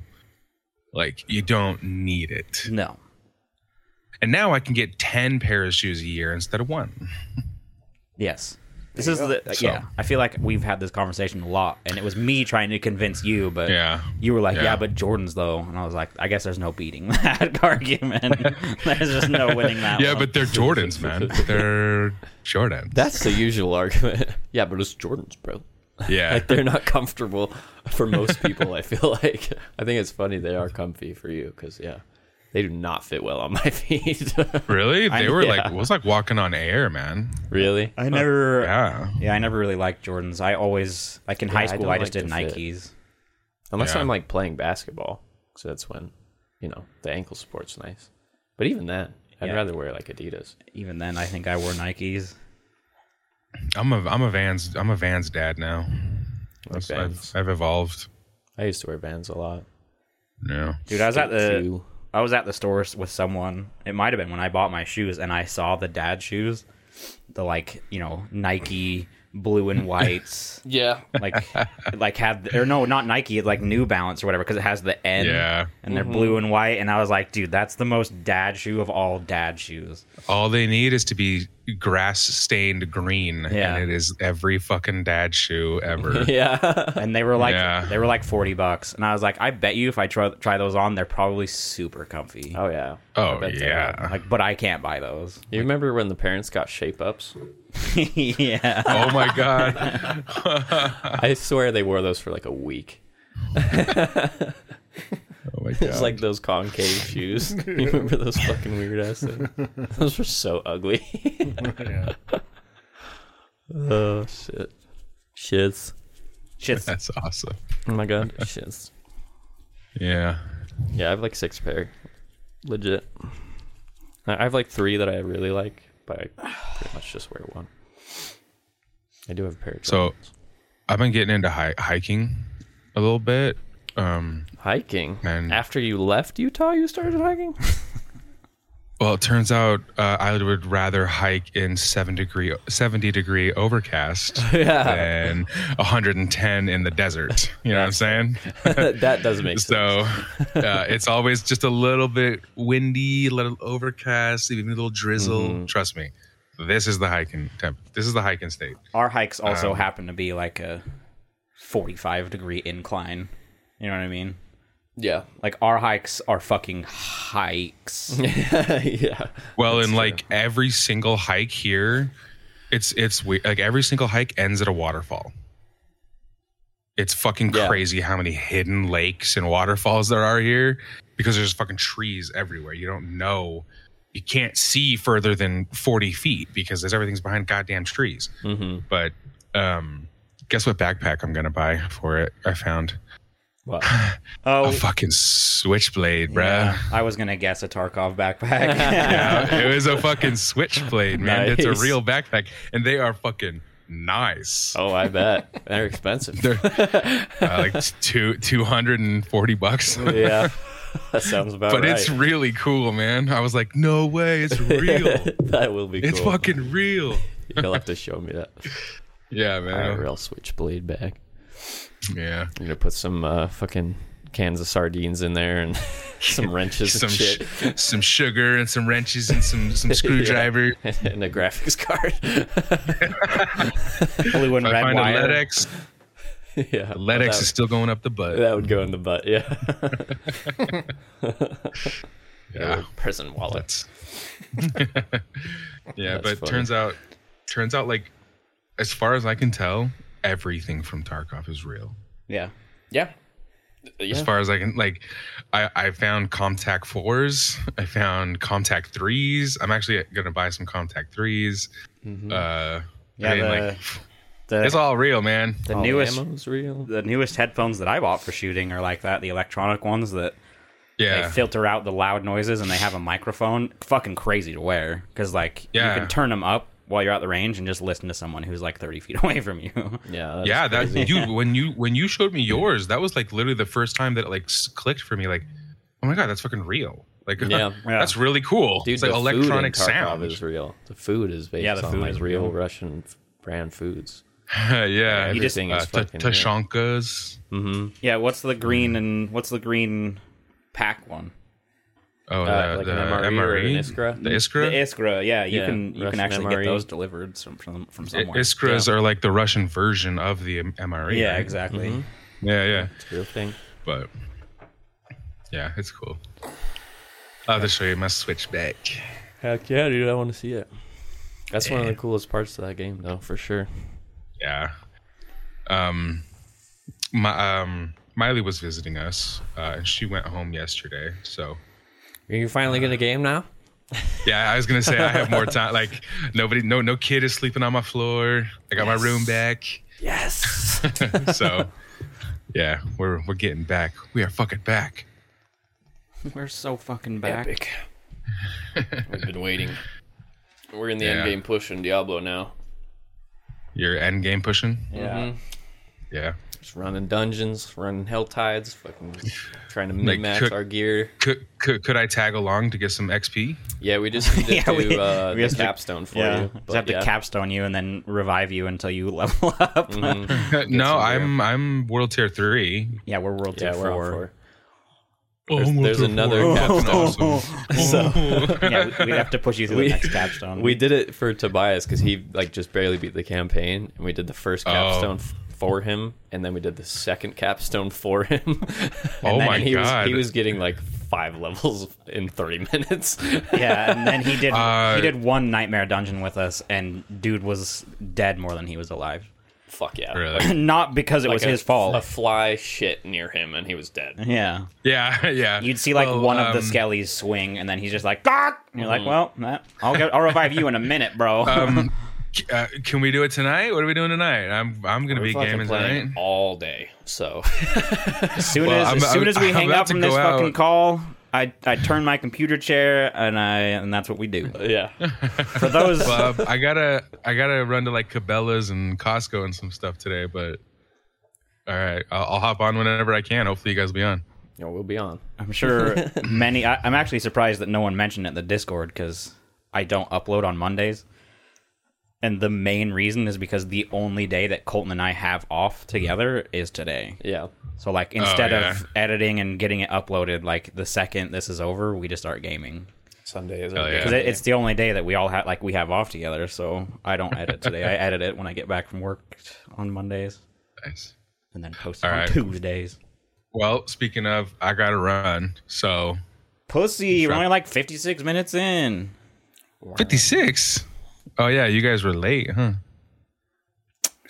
Speaker 1: Like, you don't need it.
Speaker 5: No.
Speaker 1: And now I can get 10 pairs of shoes a year instead of one.
Speaker 5: Yes. This is the yeah.
Speaker 1: So-
Speaker 5: I feel like we've had this conversation a lot, and it was me trying to convince you, but
Speaker 1: Yeah.
Speaker 5: you were like, yeah.
Speaker 1: Yeah.
Speaker 5: but Jordan's though," and I was like, "I guess there's no beating that argument. there's just no winning that."
Speaker 1: Yeah,
Speaker 5: one.
Speaker 1: but they're Jordans, man. They're Jordans.
Speaker 3: That's the usual argument. yeah, but it's Jordans, bro.
Speaker 1: yeah.
Speaker 3: Like they're not comfortable for most people. I feel like I think it's funny they are comfy for you because yeah, they do not fit well on my feet.
Speaker 1: Really? They were like,
Speaker 3: yeah.
Speaker 1: it was like walking on air, man.
Speaker 3: really?
Speaker 5: I never,
Speaker 1: Yeah.
Speaker 5: yeah, I never really liked Jordans. I always, like in high
Speaker 3: I
Speaker 5: school,
Speaker 3: don't
Speaker 5: I, just
Speaker 3: like
Speaker 5: did
Speaker 3: the fit.
Speaker 5: Nikes.
Speaker 3: Unless
Speaker 1: Yeah.
Speaker 3: I'm like playing basketball, so that's when you know the ankle sport's nice. But even then, I'd
Speaker 5: Yeah.
Speaker 3: rather wear like Adidas.
Speaker 5: Even then, I think I wore Nikes.
Speaker 1: I'm a I'm a Vans I'm a Vans dad now. I've,
Speaker 3: Vans.
Speaker 1: I've, I've evolved.
Speaker 3: I used to wear Vans a lot.
Speaker 1: Yeah.
Speaker 5: Dude, I was
Speaker 3: Uh,
Speaker 5: at the,
Speaker 3: Two.
Speaker 5: I was at the store with someone. It might have been when I bought my shoes, and I saw the dad shoes, the like, you know, Nike blue and whites,
Speaker 3: Yeah.
Speaker 5: like, like had or no, not Nike, like New Balance or whatever, because it has the N.
Speaker 1: Yeah.
Speaker 5: And they're blue and white, and I was like, dude, that's the most dad shoe of all dad shoes.
Speaker 1: All they need is to be grass stained green.
Speaker 5: Yeah.
Speaker 1: And it is every fucking dad shoe ever.
Speaker 3: Yeah.
Speaker 5: and they were like
Speaker 1: Yeah.
Speaker 5: they were like 40 bucks and i was like i bet you if i try, try those on they're probably super comfy
Speaker 3: oh yeah. I
Speaker 1: oh
Speaker 3: bet they
Speaker 1: yeah.
Speaker 5: like but i can't buy those
Speaker 3: You remember when the parents got shape ups?
Speaker 5: yeah
Speaker 1: Oh my god.
Speaker 3: I swear they wore those for like a week.
Speaker 1: Oh my god.
Speaker 3: It's like those concave shoes. You remember those fucking weird ass things? Those were so ugly.
Speaker 4: Yeah.
Speaker 3: oh shit. Shits.
Speaker 5: shit's
Speaker 1: That's awesome.
Speaker 3: Oh my god. Shits.
Speaker 1: Yeah.
Speaker 3: Yeah, I have like six pair. Legit. I I have like three that I really like, but I pretty much just wear one. I do have a pair of
Speaker 1: So
Speaker 3: Jordans.
Speaker 1: I've been getting into hi- hiking a little bit. Um
Speaker 3: hiking.
Speaker 1: Man.
Speaker 3: After you left Utah you started hiking?
Speaker 1: Well, it turns out uh, I would rather hike in seven degree, seventy degree overcast than hundred and ten in the desert. You know what I'm saying?
Speaker 3: that does make sense.
Speaker 1: so uh, it's always just a little bit windy, a little overcast, even a little drizzle. Trust me, this is the hiking temp. This is the hiking state.
Speaker 5: Our hikes
Speaker 1: Um,
Speaker 5: also happen to be like a 45 degree incline. You know what I mean?
Speaker 3: Yeah.
Speaker 5: Like our hikes are fucking hikes.
Speaker 3: yeah.
Speaker 1: Well, and like every single hike here, it's it's we like every single hike ends at a waterfall. It's fucking
Speaker 3: Yeah.
Speaker 1: crazy how many hidden lakes and waterfalls there are here because there's fucking trees everywhere. You don't know. You can't see further than 40 feet because there's everything's behind goddamn trees. But um, guess what backpack I'm going to buy for it? I found
Speaker 3: Well,
Speaker 1: a fucking switchblade, bruh.
Speaker 5: I was gonna guess a Tarkov backpack.
Speaker 1: Yeah, it was a fucking switchblade, man. It's a
Speaker 3: Nice.
Speaker 1: real backpack, and they are fucking nice.
Speaker 3: oh, I bet they're expensive.
Speaker 1: Uh, like two two hundred and forty bucks,
Speaker 3: Oh. yeah. That sounds about
Speaker 1: but
Speaker 3: right.
Speaker 1: it's really cool, man. I was like, no way, it's real.
Speaker 3: that will be.
Speaker 1: It's
Speaker 3: cool.
Speaker 1: fucking real.
Speaker 3: You'll have to show me that.
Speaker 1: Yeah,
Speaker 3: I have
Speaker 1: man.
Speaker 3: a real switchblade bag.
Speaker 1: Yeah.
Speaker 3: I'm gonna put some uh, fucking cans of sardines in there and some wrenches
Speaker 1: Some
Speaker 3: and shit.
Speaker 1: sh- some sugar and some wrenches and some some screwdriver.
Speaker 3: and a graphics card.
Speaker 5: Blue and
Speaker 1: If I
Speaker 5: red
Speaker 1: find a
Speaker 5: wire.
Speaker 1: Ledex,
Speaker 3: yeah.
Speaker 1: Ledex
Speaker 3: that,
Speaker 1: is still going up the butt.
Speaker 3: that would go in the butt, yeah.
Speaker 1: yeah.
Speaker 3: Prison wallet.
Speaker 1: That's yeah,
Speaker 3: That's
Speaker 1: but
Speaker 3: funny.
Speaker 1: turns out, turns out, like as far as I can tell, everything from Tarkov is real.
Speaker 5: Yeah.
Speaker 3: Yeah.
Speaker 1: As
Speaker 3: Yeah.
Speaker 1: far as I can, like, I I found Comtac fours, I found Comtac threes. I'm actually gonna buy some Comtac 3s
Speaker 3: Mm-hmm.
Speaker 1: Uh,
Speaker 5: Yeah,
Speaker 1: I mean,
Speaker 5: the-
Speaker 1: like,
Speaker 5: The,
Speaker 1: it's all real, man.
Speaker 5: the
Speaker 3: All the
Speaker 5: newest
Speaker 3: ammo's real.
Speaker 5: the newest headphones that I bought for shooting are like that, the electronic ones that
Speaker 1: yeah,
Speaker 5: they filter out the loud noises and they have a microphone. Fucking crazy to wear because like
Speaker 1: Yeah.
Speaker 5: you can turn them up while you're at the range and just listen to someone who's like 30 feet away from you.
Speaker 3: Yeah. that's-
Speaker 1: yeah. That you when you when you showed me yours, that was like literally the first time that it like s- clicked for me. Like, oh my god, that's fucking real. Like,
Speaker 3: Yeah.
Speaker 1: that's really cool.
Speaker 3: Dude,
Speaker 1: it's like
Speaker 3: the food in
Speaker 1: electronic
Speaker 3: Tarkov
Speaker 1: sound.
Speaker 3: is real. The food is based
Speaker 5: Yeah, the
Speaker 3: on
Speaker 5: food
Speaker 3: like
Speaker 5: is
Speaker 3: real
Speaker 5: real.
Speaker 3: Russian f- brand foods.
Speaker 1: yeah,
Speaker 3: You just- Everything is
Speaker 1: uh,
Speaker 3: fucking
Speaker 1: t- Tashankas.
Speaker 5: Yeah, what's the green and what's the green pack one?
Speaker 1: Oh,
Speaker 3: Uh,
Speaker 1: the,
Speaker 3: like
Speaker 1: the
Speaker 3: an MRE or
Speaker 1: MRE,
Speaker 3: an Iskra?
Speaker 1: the
Speaker 5: The
Speaker 1: Iskra.
Speaker 5: Iskra, yeah, you
Speaker 3: Yeah,
Speaker 5: can you
Speaker 3: Russian E.
Speaker 5: can actually
Speaker 3: MRE.
Speaker 5: get those delivered from from, from
Speaker 1: I-
Speaker 5: somewhere.
Speaker 1: Iskras are like the Russian version of the M- MRE.
Speaker 5: yeah,
Speaker 1: right?
Speaker 5: exactly.
Speaker 3: Mm-hmm.
Speaker 1: Yeah, yeah,
Speaker 3: Real thing.
Speaker 1: but yeah, it's cool. I'll have to show you my switchback.
Speaker 3: Heck yeah, dude! I want to see it. That's one of the coolest parts of that game, though, for sure.
Speaker 1: Yeah. Um, my um, Miley was visiting us, uh, and she went home yesterday. So
Speaker 3: Are you
Speaker 1: Uh,
Speaker 3: finally gonna game now?
Speaker 1: yeah, I was gonna say I have more time. Like nobody, no, no kid is sleeping on my floor. I got my room back.
Speaker 3: Yes.
Speaker 1: so yeah, we're we're getting back. We are fucking back.
Speaker 5: We're so fucking back.
Speaker 3: Epic. We've been waiting. We're in the
Speaker 1: Yeah.
Speaker 3: end game push in Diablo now. Mm-hmm.
Speaker 1: Your end game pushing.
Speaker 5: Yeah.
Speaker 1: Yeah.
Speaker 3: Just running dungeons, running hell tides, fucking trying to min max
Speaker 1: cook-
Speaker 3: our gear.
Speaker 1: Could, could could I tag along to get some XP?
Speaker 3: Yeah, we just need to
Speaker 5: Yeah,
Speaker 3: do
Speaker 5: we-
Speaker 3: uh,
Speaker 5: we
Speaker 3: the
Speaker 5: just-
Speaker 3: capstone for
Speaker 5: Yeah,
Speaker 3: you.
Speaker 5: just
Speaker 3: but
Speaker 5: have to
Speaker 3: yeah.
Speaker 5: capstone you and then revive you until you level up.
Speaker 3: Mm-hmm.
Speaker 1: no, I'm I'm world tier three.
Speaker 5: yeah, we're world
Speaker 3: Yeah,
Speaker 5: tier
Speaker 3: we're on
Speaker 5: four.
Speaker 1: Oh,
Speaker 3: There's- there's another capstone.
Speaker 5: yeah, we- we'd have to push you through
Speaker 3: We-
Speaker 5: the next capstone.
Speaker 3: We did it for Tobias because he like just barely beat the campaign, and we did the first
Speaker 5: Oh.
Speaker 3: capstone f- for him, and then we did the second capstone for him.
Speaker 1: Oh
Speaker 3: and
Speaker 1: my
Speaker 3: he
Speaker 1: God.
Speaker 3: Was, he was getting like five levels in thirty minutes.
Speaker 5: yeah, and then he did
Speaker 1: Uh,
Speaker 5: he did one nightmare dungeon with us, and dude was dead more than he was alive.
Speaker 3: Fuck yeah!
Speaker 1: Really?
Speaker 5: Not because it was
Speaker 3: Like a-
Speaker 5: his fault.
Speaker 3: A fly shit near him, and he was dead.
Speaker 5: yeah,
Speaker 1: Yeah, yeah.
Speaker 5: you'd see like
Speaker 1: Well,
Speaker 5: one of the
Speaker 1: um,
Speaker 5: skellies swing, and then he's just like, "Gawk!" and
Speaker 3: Mm-hmm.
Speaker 5: you're like, "Well, nah, I'll get, I'll revive you in a minute, bro."
Speaker 1: um, c- uh, can we do it tonight? What are we doing tonight? I'm I'm gonna be gaming tonight.
Speaker 3: all day. So
Speaker 5: as soon
Speaker 1: well,
Speaker 5: as
Speaker 1: I'm-
Speaker 5: as soon
Speaker 1: I'm-
Speaker 5: as we
Speaker 1: I'm
Speaker 5: hang
Speaker 1: about
Speaker 5: up
Speaker 1: to
Speaker 5: from this
Speaker 1: go out.
Speaker 5: fucking call, I I turn my computer chair, and I and that's what we do.
Speaker 3: yeah,
Speaker 5: For those,
Speaker 1: Uh, I gotta I gotta run to like Cabela's and Costco and some stuff today, but all right, I'll, I'll hop on whenever I can. Hopefully, you guys will be on.
Speaker 3: you know, we'll be on.
Speaker 5: I'm sure many. I, I'm actually surprised that no one mentioned it in the Discord because I don't upload on Mondays. And the main reason is because the only day that Colton and I have off together is today.
Speaker 3: Yeah.
Speaker 5: So like instead
Speaker 1: Oh, yeah.
Speaker 5: of editing and getting it uploaded, like the second this is over, we just start gaming
Speaker 3: Sunday is
Speaker 1: Hell
Speaker 3: our
Speaker 1: yeah.
Speaker 5: because it's the only day that we all have like we have off together. So I don't edit today. I edit it when I get back from work on Mondays
Speaker 1: Nice.
Speaker 5: and then post it on
Speaker 1: right.
Speaker 5: Tuesdays.
Speaker 1: Well, speaking of, I gotta run. So
Speaker 5: Pussy, we're only like 56 minutes in.
Speaker 1: fifty six. Oh yeah, you guys were late, huh?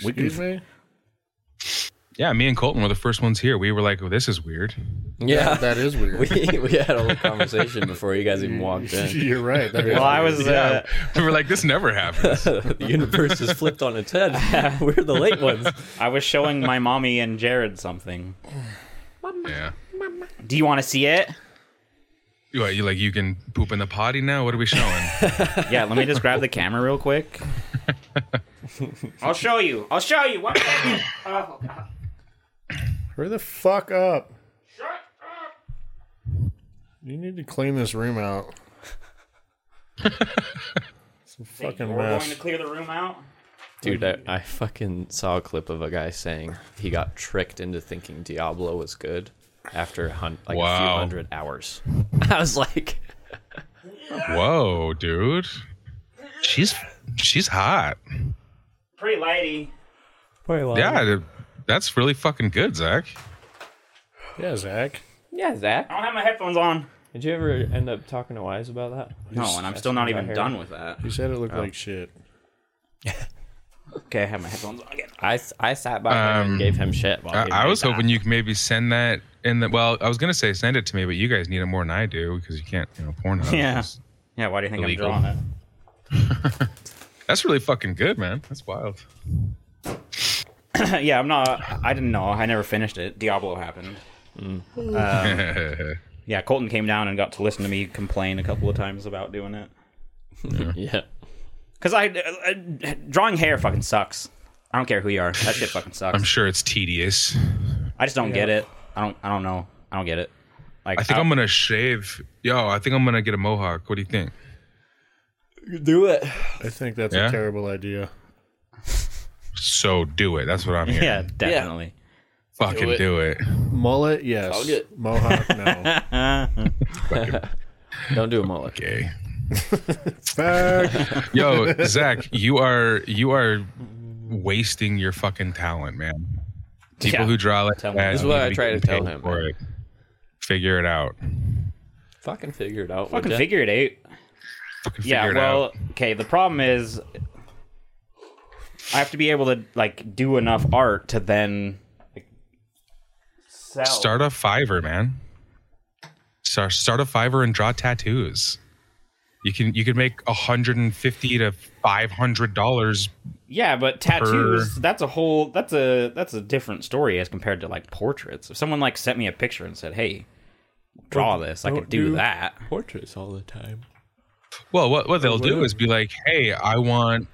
Speaker 5: We can
Speaker 4: Excuse me?
Speaker 1: Yeah, me and Colton were the first ones here. We were like, oh, "This is weird."
Speaker 3: Yeah.
Speaker 4: That is weird.
Speaker 3: we, we had a little conversation before you guys even walked in.
Speaker 4: You're right. That is
Speaker 5: Well, I
Speaker 4: weird.
Speaker 5: was uh,
Speaker 1: we were like, "This never happens."
Speaker 3: the universe is flipped on its head. We're the late ones.
Speaker 5: I was showing my mommy and Jared something.
Speaker 1: yeah.
Speaker 5: Do you want to see it?
Speaker 1: You, what, you like you can poop in the potty now? What are we showing?
Speaker 5: Yeah, let me just grab the camera real quick. I'll show you. I'll show you. One second. Oh, God.
Speaker 4: Hurry the fuck up.
Speaker 5: Shut up.
Speaker 4: You need to clean this room out. it's a fucking
Speaker 5: We're going
Speaker 4: mess.
Speaker 5: to clear the room out.
Speaker 3: Dude, I, I fucking saw a clip of a guy saying he got tricked into thinking Diablo was good after a hun- like a few
Speaker 1: Wow.
Speaker 3: hundred hours. I was like,
Speaker 1: Whoa, dude. She's she's hot.
Speaker 5: Pretty lady.
Speaker 1: Yeah, dude, that's really fucking good, Zach.
Speaker 4: Yeah, Zach.
Speaker 3: Yeah,
Speaker 5: I
Speaker 3: Zach.
Speaker 5: don't have my headphones on.
Speaker 3: Did you ever end up talking to Wise about that?
Speaker 5: No, and I'm still not even done with that.
Speaker 4: You said it looked like shit.
Speaker 5: Okay, I have my headphones on again.
Speaker 3: I, I sat by him
Speaker 1: Um,
Speaker 3: and gave him shit. While he
Speaker 1: I, I
Speaker 3: made
Speaker 1: was
Speaker 3: that.
Speaker 1: hoping you could maybe send that in the. Well, I was gonna say send it to me, but you guys need it more than I do because you can't, you know, porn.
Speaker 5: Yeah. Yeah, why do you think
Speaker 1: Illegal.
Speaker 5: I'm drawing it?
Speaker 1: that's really fucking good, man. That's wild.
Speaker 5: yeah, I'm not. I didn't know. I never finished it. Diablo happened.
Speaker 1: Um,
Speaker 5: Yeah, Colton came down and got to listen to me complain a couple of times about doing it.
Speaker 3: Yeah.
Speaker 5: Cause I, I drawing hair fucking sucks. I don't care who you are. That shit fucking
Speaker 1: I'm
Speaker 5: sucks.
Speaker 1: sure it's tedious.
Speaker 5: I just don't get it. I don't. I don't know. I don't get it. Like
Speaker 1: I think
Speaker 5: I-
Speaker 1: I'm gonna shave. Yo, I think I'm gonna get a mohawk. What do you think?
Speaker 3: Do it.
Speaker 4: I think that's
Speaker 1: Yeah?
Speaker 4: a terrible idea.
Speaker 1: So do it. That's what I'm here.
Speaker 5: Yeah, definitely.
Speaker 1: fucking do
Speaker 2: Do
Speaker 1: it.
Speaker 2: it.
Speaker 4: Mullet, yes.
Speaker 2: I'll get-
Speaker 4: Mohawk, no.
Speaker 3: Don't do a mullet.
Speaker 1: Okay.
Speaker 4: Fuck.
Speaker 1: Yo, Zach, you are you are wasting your fucking talent, man. People
Speaker 5: Yeah.
Speaker 1: who draw like
Speaker 5: Tell me.
Speaker 1: that,
Speaker 5: This
Speaker 3: is
Speaker 1: you
Speaker 3: what
Speaker 1: need
Speaker 3: I
Speaker 1: be
Speaker 3: try to
Speaker 1: getting
Speaker 3: tell
Speaker 1: paid
Speaker 3: him,
Speaker 1: for
Speaker 3: man.
Speaker 1: it. Figure it out.
Speaker 3: Fucking figure it out.
Speaker 5: Fucking
Speaker 3: would ya?
Speaker 5: figure it out.
Speaker 1: Fucking figure
Speaker 5: yeah
Speaker 1: it
Speaker 5: well
Speaker 1: out.
Speaker 5: okay the problem is i have to be able to like do enough art to then like, sell
Speaker 1: Start a Fiverr, man. Start start a Fiverr and draw tattoos. You can you can make hundred and fifty to five hundred dollars.
Speaker 5: yeah but tattoos that's a whole that's a that's a different story as compared to like portraits if someone like sent me a picture and said hey draw this i could
Speaker 3: don't
Speaker 5: do,
Speaker 3: do-
Speaker 5: that
Speaker 3: portraits all the time.
Speaker 1: Well, what what they'll do is be like, hey, I want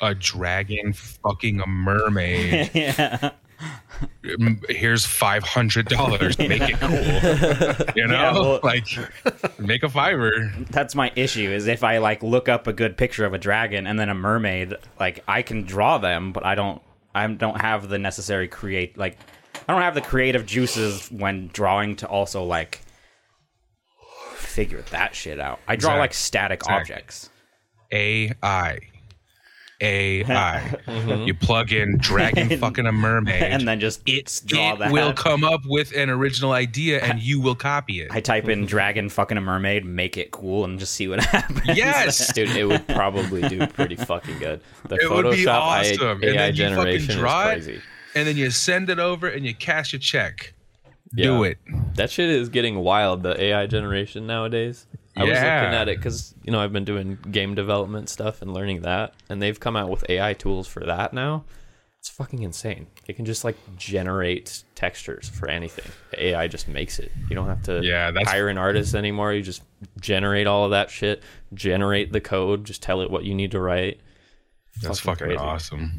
Speaker 1: a dragon fucking a mermaid.
Speaker 5: yeah
Speaker 1: M- here's five hundred dollars. Make it cool. You know,
Speaker 5: Yeah, well-
Speaker 1: like make a fiver.
Speaker 5: that's my issue is if i like look up a good picture of a dragon and then a mermaid like i can draw them but i don't i don't have the necessary create like i don't have the creative juices when drawing to also like figure that shit out i draw
Speaker 1: Exact-
Speaker 5: like static
Speaker 1: exactly.
Speaker 5: objects
Speaker 1: AI. AI. You plug in dragon fucking a mermaid.
Speaker 5: Mm-hmm. and then just
Speaker 1: it's
Speaker 5: draw
Speaker 1: it
Speaker 5: that
Speaker 1: will come up with an original idea and you will copy it.
Speaker 5: i type in dragon fucking a mermaid make it cool and just see what happens
Speaker 1: yes.
Speaker 3: Dude, it would probably do pretty fucking good. The
Speaker 1: It
Speaker 3: Photoshop
Speaker 1: would be
Speaker 3: I-
Speaker 1: awesome. and
Speaker 3: AI
Speaker 1: then you fucking
Speaker 3: generation
Speaker 1: draw
Speaker 3: is
Speaker 1: it
Speaker 3: crazy.
Speaker 1: and then you send it over and you cash your check. Do
Speaker 3: Yeah.
Speaker 1: it.
Speaker 3: That shit is getting wild. The AI generation nowadays. I was
Speaker 1: Yeah.
Speaker 3: looking at it because you know I've been doing game development stuff and learning that, and they've come out with AI tools for that now. It's fucking insane. It can just like generate textures for anything. The AI just makes it. You don't have to
Speaker 1: Yeah, that's-
Speaker 3: hire an artist anymore. You just generate all of that shit. Generate the code. Just tell it what you need to write.
Speaker 1: That's fucking,
Speaker 3: Fucking crazy.
Speaker 1: awesome.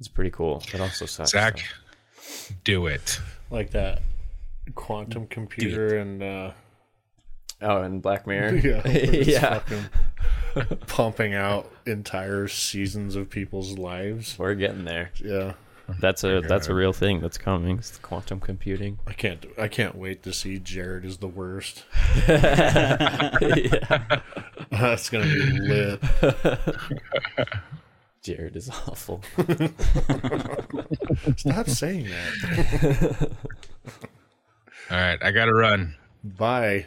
Speaker 3: It's pretty cool. It also sucks.
Speaker 1: Zach,
Speaker 3: though.
Speaker 1: do it.
Speaker 4: like that. quantum computer and uh,
Speaker 3: Oh, and Black Mirror.
Speaker 4: yeah, it's
Speaker 3: yeah.
Speaker 4: fucking pumping out entire seasons of people's lives.
Speaker 3: We're getting there.
Speaker 4: Yeah,
Speaker 3: That's a that's a real thing that's coming. It's quantum computing.
Speaker 4: I can't. I can't wait to see Jared is the worst.
Speaker 3: yeah.
Speaker 4: That's gonna be lit.
Speaker 3: Jared is awful.
Speaker 4: Stop saying that.
Speaker 1: All right, I gotta run.
Speaker 4: Bye.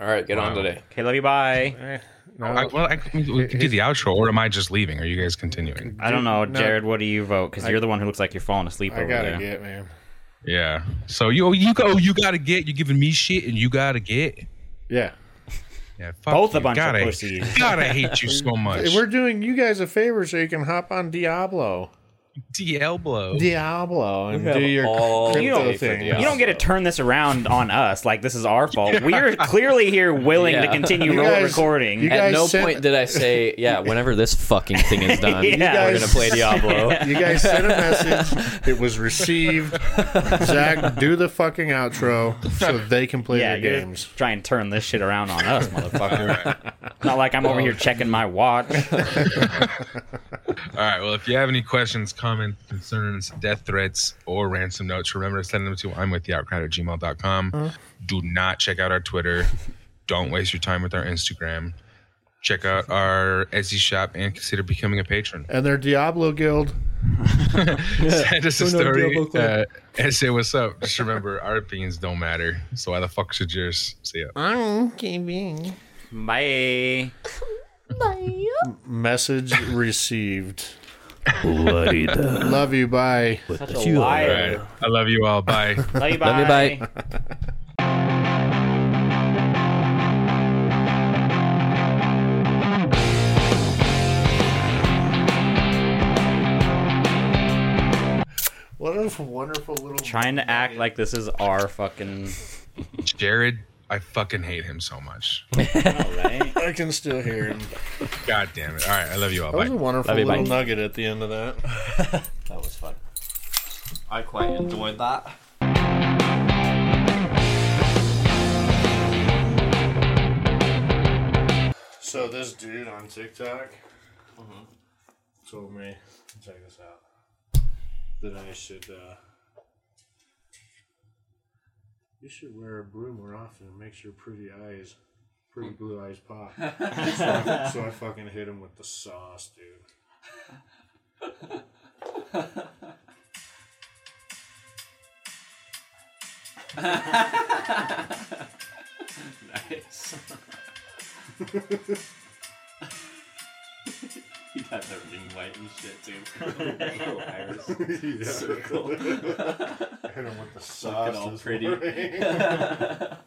Speaker 3: All right, get on today.
Speaker 5: Okay, love you. Bye.
Speaker 1: I, Uh, well, I, we can do the outro, or am I just leaving? Are you guys continuing?
Speaker 5: I don't know, Jared. What do you vote? Because you're the one who looks like you're falling asleep
Speaker 4: I
Speaker 3: Oh,
Speaker 5: over
Speaker 4: gotta
Speaker 5: there.
Speaker 4: get man.
Speaker 1: Yeah. So you oh, you go you gotta get you giving me shit and you gotta get
Speaker 4: Yeah.
Speaker 1: yeah fuck
Speaker 5: Both a
Speaker 1: you.
Speaker 5: bunch of
Speaker 1: God, I-
Speaker 5: pussies.
Speaker 1: God I hate you so much.
Speaker 4: Hey, We're doing you guys a favor so you can hop on Diablo.
Speaker 1: Diablo.
Speaker 4: Diablo and
Speaker 3: have
Speaker 4: do your
Speaker 3: all
Speaker 5: You
Speaker 4: crypto
Speaker 5: don't-
Speaker 4: thing.
Speaker 3: Yeah.
Speaker 5: You don't get to turn this around on us. Like this is our fault. We are clearly here willing to
Speaker 3: Yeah.
Speaker 5: continue
Speaker 4: You guys-
Speaker 5: recording.
Speaker 4: you guys-
Speaker 3: At no
Speaker 4: sent-
Speaker 3: point did I say, yeah, whenever this fucking thing is done,
Speaker 5: Yeah. You
Speaker 3: we're
Speaker 4: guys-
Speaker 3: going to play Diablo.
Speaker 4: You guys sent a message. It was received. Zach, do the fucking outro so they can play
Speaker 5: yeah,
Speaker 4: their
Speaker 5: you're
Speaker 4: games.
Speaker 5: trying to turn this shit around on us, motherfucker. Not like I'm over here checking my watch.
Speaker 1: All right. Well, if you have any questions, comments, concerns, death threats, or ransom notes, remember to send them to I'm with the outcrowd at gmail.com.
Speaker 5: Uh-huh.
Speaker 1: Do not check out our Twitter. Don't waste your time with our Instagram. Check out our Etsy shop and consider becoming a patron.
Speaker 4: And their Diablo guild.
Speaker 1: Send us a story. Uh, and say what's up. Just remember, our opinions don't matter. So why the fuck should yours? See ya.
Speaker 5: Bye.
Speaker 4: Message received. Love you. Bye.
Speaker 5: Liar.
Speaker 1: All right. I love you all. Bye.
Speaker 5: Love you,
Speaker 3: Love you, bye.
Speaker 5: bye.
Speaker 4: What a wonderful little.
Speaker 5: Trying to act like this is our fucking.
Speaker 1: Jared, I fucking hate him so much.
Speaker 5: Right?
Speaker 4: I can still hear him.
Speaker 1: God damn it. All right. I love you all.
Speaker 4: That was
Speaker 1: Bye.
Speaker 4: a wonderful
Speaker 3: Love you,
Speaker 4: little
Speaker 3: bye.
Speaker 4: nugget at the end of that.
Speaker 5: That was fun. I quite enjoyed that.
Speaker 4: So this dude on TikTok told me, check this out, that I should, uh, you should wear a broom more often. It makes your pretty eyes, pretty blue eyes pop. so, I, so I fucking hit him with the sauce, dude.
Speaker 6: He'd have everything white and shit too. Little iris circle.
Speaker 4: Hit him with the
Speaker 6: Looking
Speaker 4: sauce.
Speaker 6: all
Speaker 4: this
Speaker 6: pretty.
Speaker 4: morning.